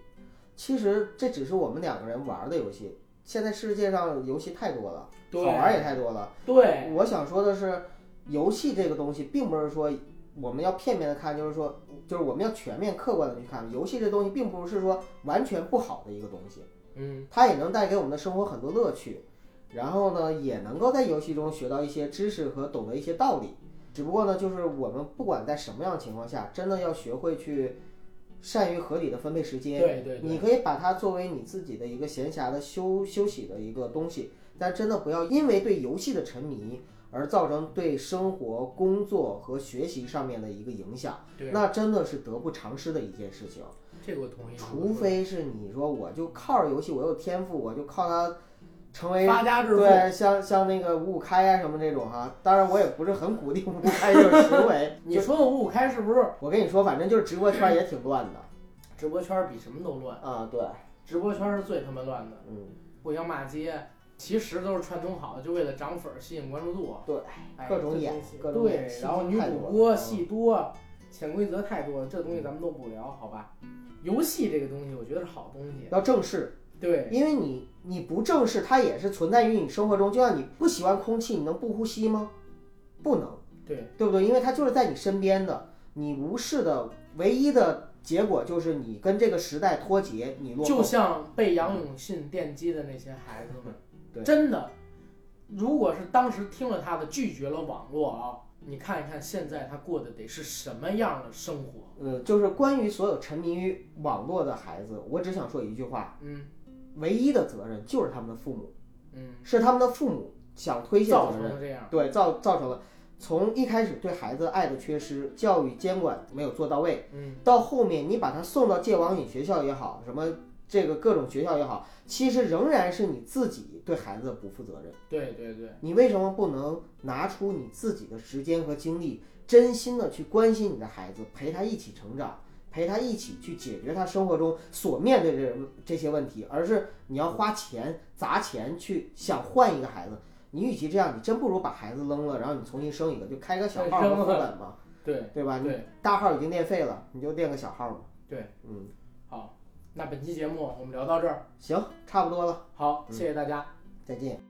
[SPEAKER 2] 其实这只是我们两个人玩的游戏，现在世界上游戏太多了，好
[SPEAKER 1] 对，
[SPEAKER 2] 玩也太多了。
[SPEAKER 1] 对，
[SPEAKER 2] 我想说的是，游戏这个东西并不是说我们要片面的看，就是说，就是我们要全面客观的去看，游戏这东西并不是说完全不好的一个东西。
[SPEAKER 1] 嗯，
[SPEAKER 2] 它也能带给我们的生活很多乐趣，然后呢，也能够在游戏中学到一些知识和懂得一些道理。只不过呢，就是我们不管在什么样的情况下，真的要学会去善于合理的分配时间。
[SPEAKER 1] 对对对，
[SPEAKER 2] 你可以把它作为你自己的一个闲暇的休休息的一个东西，但真的不要因为对游戏的沉迷而造成对生活、工作和学习上面的一个影响，
[SPEAKER 1] 对，
[SPEAKER 2] 那真的是得不偿失的一件事情。
[SPEAKER 1] 这个我同意。
[SPEAKER 2] 除非是你啊说我就靠着游戏，我有天赋，我就靠它成为
[SPEAKER 1] 发家致富，。
[SPEAKER 2] 对，像像那个五五开啊什么这种哈、当然，我也不是很鼓励五五开这种行为
[SPEAKER 1] 你说的五五开是不是
[SPEAKER 2] 我跟你说，反正就是直播圈也挺乱的
[SPEAKER 1] 直播圈比什么都乱？
[SPEAKER 2] 啊。对，
[SPEAKER 1] 直播圈是最他妈乱的，
[SPEAKER 2] 嗯，
[SPEAKER 1] 互相骂街，其实都是串通好的，就为了涨粉儿、吸引关注度。
[SPEAKER 2] 对
[SPEAKER 1] 哎，
[SPEAKER 2] 各种
[SPEAKER 1] 这
[SPEAKER 2] 演
[SPEAKER 1] 东西
[SPEAKER 2] 各种
[SPEAKER 1] 对
[SPEAKER 2] 演，戏
[SPEAKER 1] 然后女
[SPEAKER 2] 太
[SPEAKER 1] 主
[SPEAKER 2] 多
[SPEAKER 1] 播
[SPEAKER 2] 了嗯
[SPEAKER 1] 戏多，潜规则太多了，这东西咱们都不聊，好吧？游戏这个东西，我觉得是好东西。
[SPEAKER 2] 要正视，
[SPEAKER 1] 对，
[SPEAKER 2] 因为你你不正视，它也是存在于你生活中。就像你不喜欢空气，你能不呼吸吗？不能。
[SPEAKER 1] 对，
[SPEAKER 2] 对不对？因为它就是在你身边的，你无视的唯一的结果就是你跟这个时代脱节，你落
[SPEAKER 1] 就
[SPEAKER 2] 后。
[SPEAKER 1] 像被杨永信电击的那些孩子们，
[SPEAKER 2] 对
[SPEAKER 1] 真的，如果是当时听了他的，拒绝了网络啊，你看一看现在他过的得是什么样的生活？
[SPEAKER 2] 呃，就是关于所有沉迷于网络的孩子，我只想说一句话：
[SPEAKER 1] 嗯
[SPEAKER 2] 唯一的责任就是他们的父母，
[SPEAKER 1] 嗯，
[SPEAKER 2] 是他们的父母想推卸
[SPEAKER 1] 造
[SPEAKER 2] 责
[SPEAKER 1] 成
[SPEAKER 2] 任，
[SPEAKER 1] 了这样。
[SPEAKER 2] 对造造成了从一开始对孩子爱的缺失，教育监管没有做到位，
[SPEAKER 1] 嗯，
[SPEAKER 2] 到后面你把他送到戒网瘾学校也好，什么这个各种学校也好，其实仍然是你自己对孩子不负责任。
[SPEAKER 1] 对对对，
[SPEAKER 2] 你为什么不能拿出你自己的时间和精力，真心的去关心你的孩子，陪他一起成长，陪他一起去解决他生活中所面对的这些问题，而是你要花钱砸钱去想换一个孩子？你与其这样，你真不如把孩子扔了，然后你重新生一个，就开个小号
[SPEAKER 1] 扔
[SPEAKER 2] 和
[SPEAKER 1] 了
[SPEAKER 2] 副本嘛，
[SPEAKER 1] 对
[SPEAKER 2] 对吧？你
[SPEAKER 1] 对，
[SPEAKER 2] 大号已经练废了，你就练个小号嘛。
[SPEAKER 1] 对，
[SPEAKER 2] 嗯，
[SPEAKER 1] 好，那本期节目我们聊到这儿，
[SPEAKER 2] 行，差不多了，
[SPEAKER 1] 好，
[SPEAKER 2] 嗯
[SPEAKER 1] 谢谢大家。
[SPEAKER 2] 再见。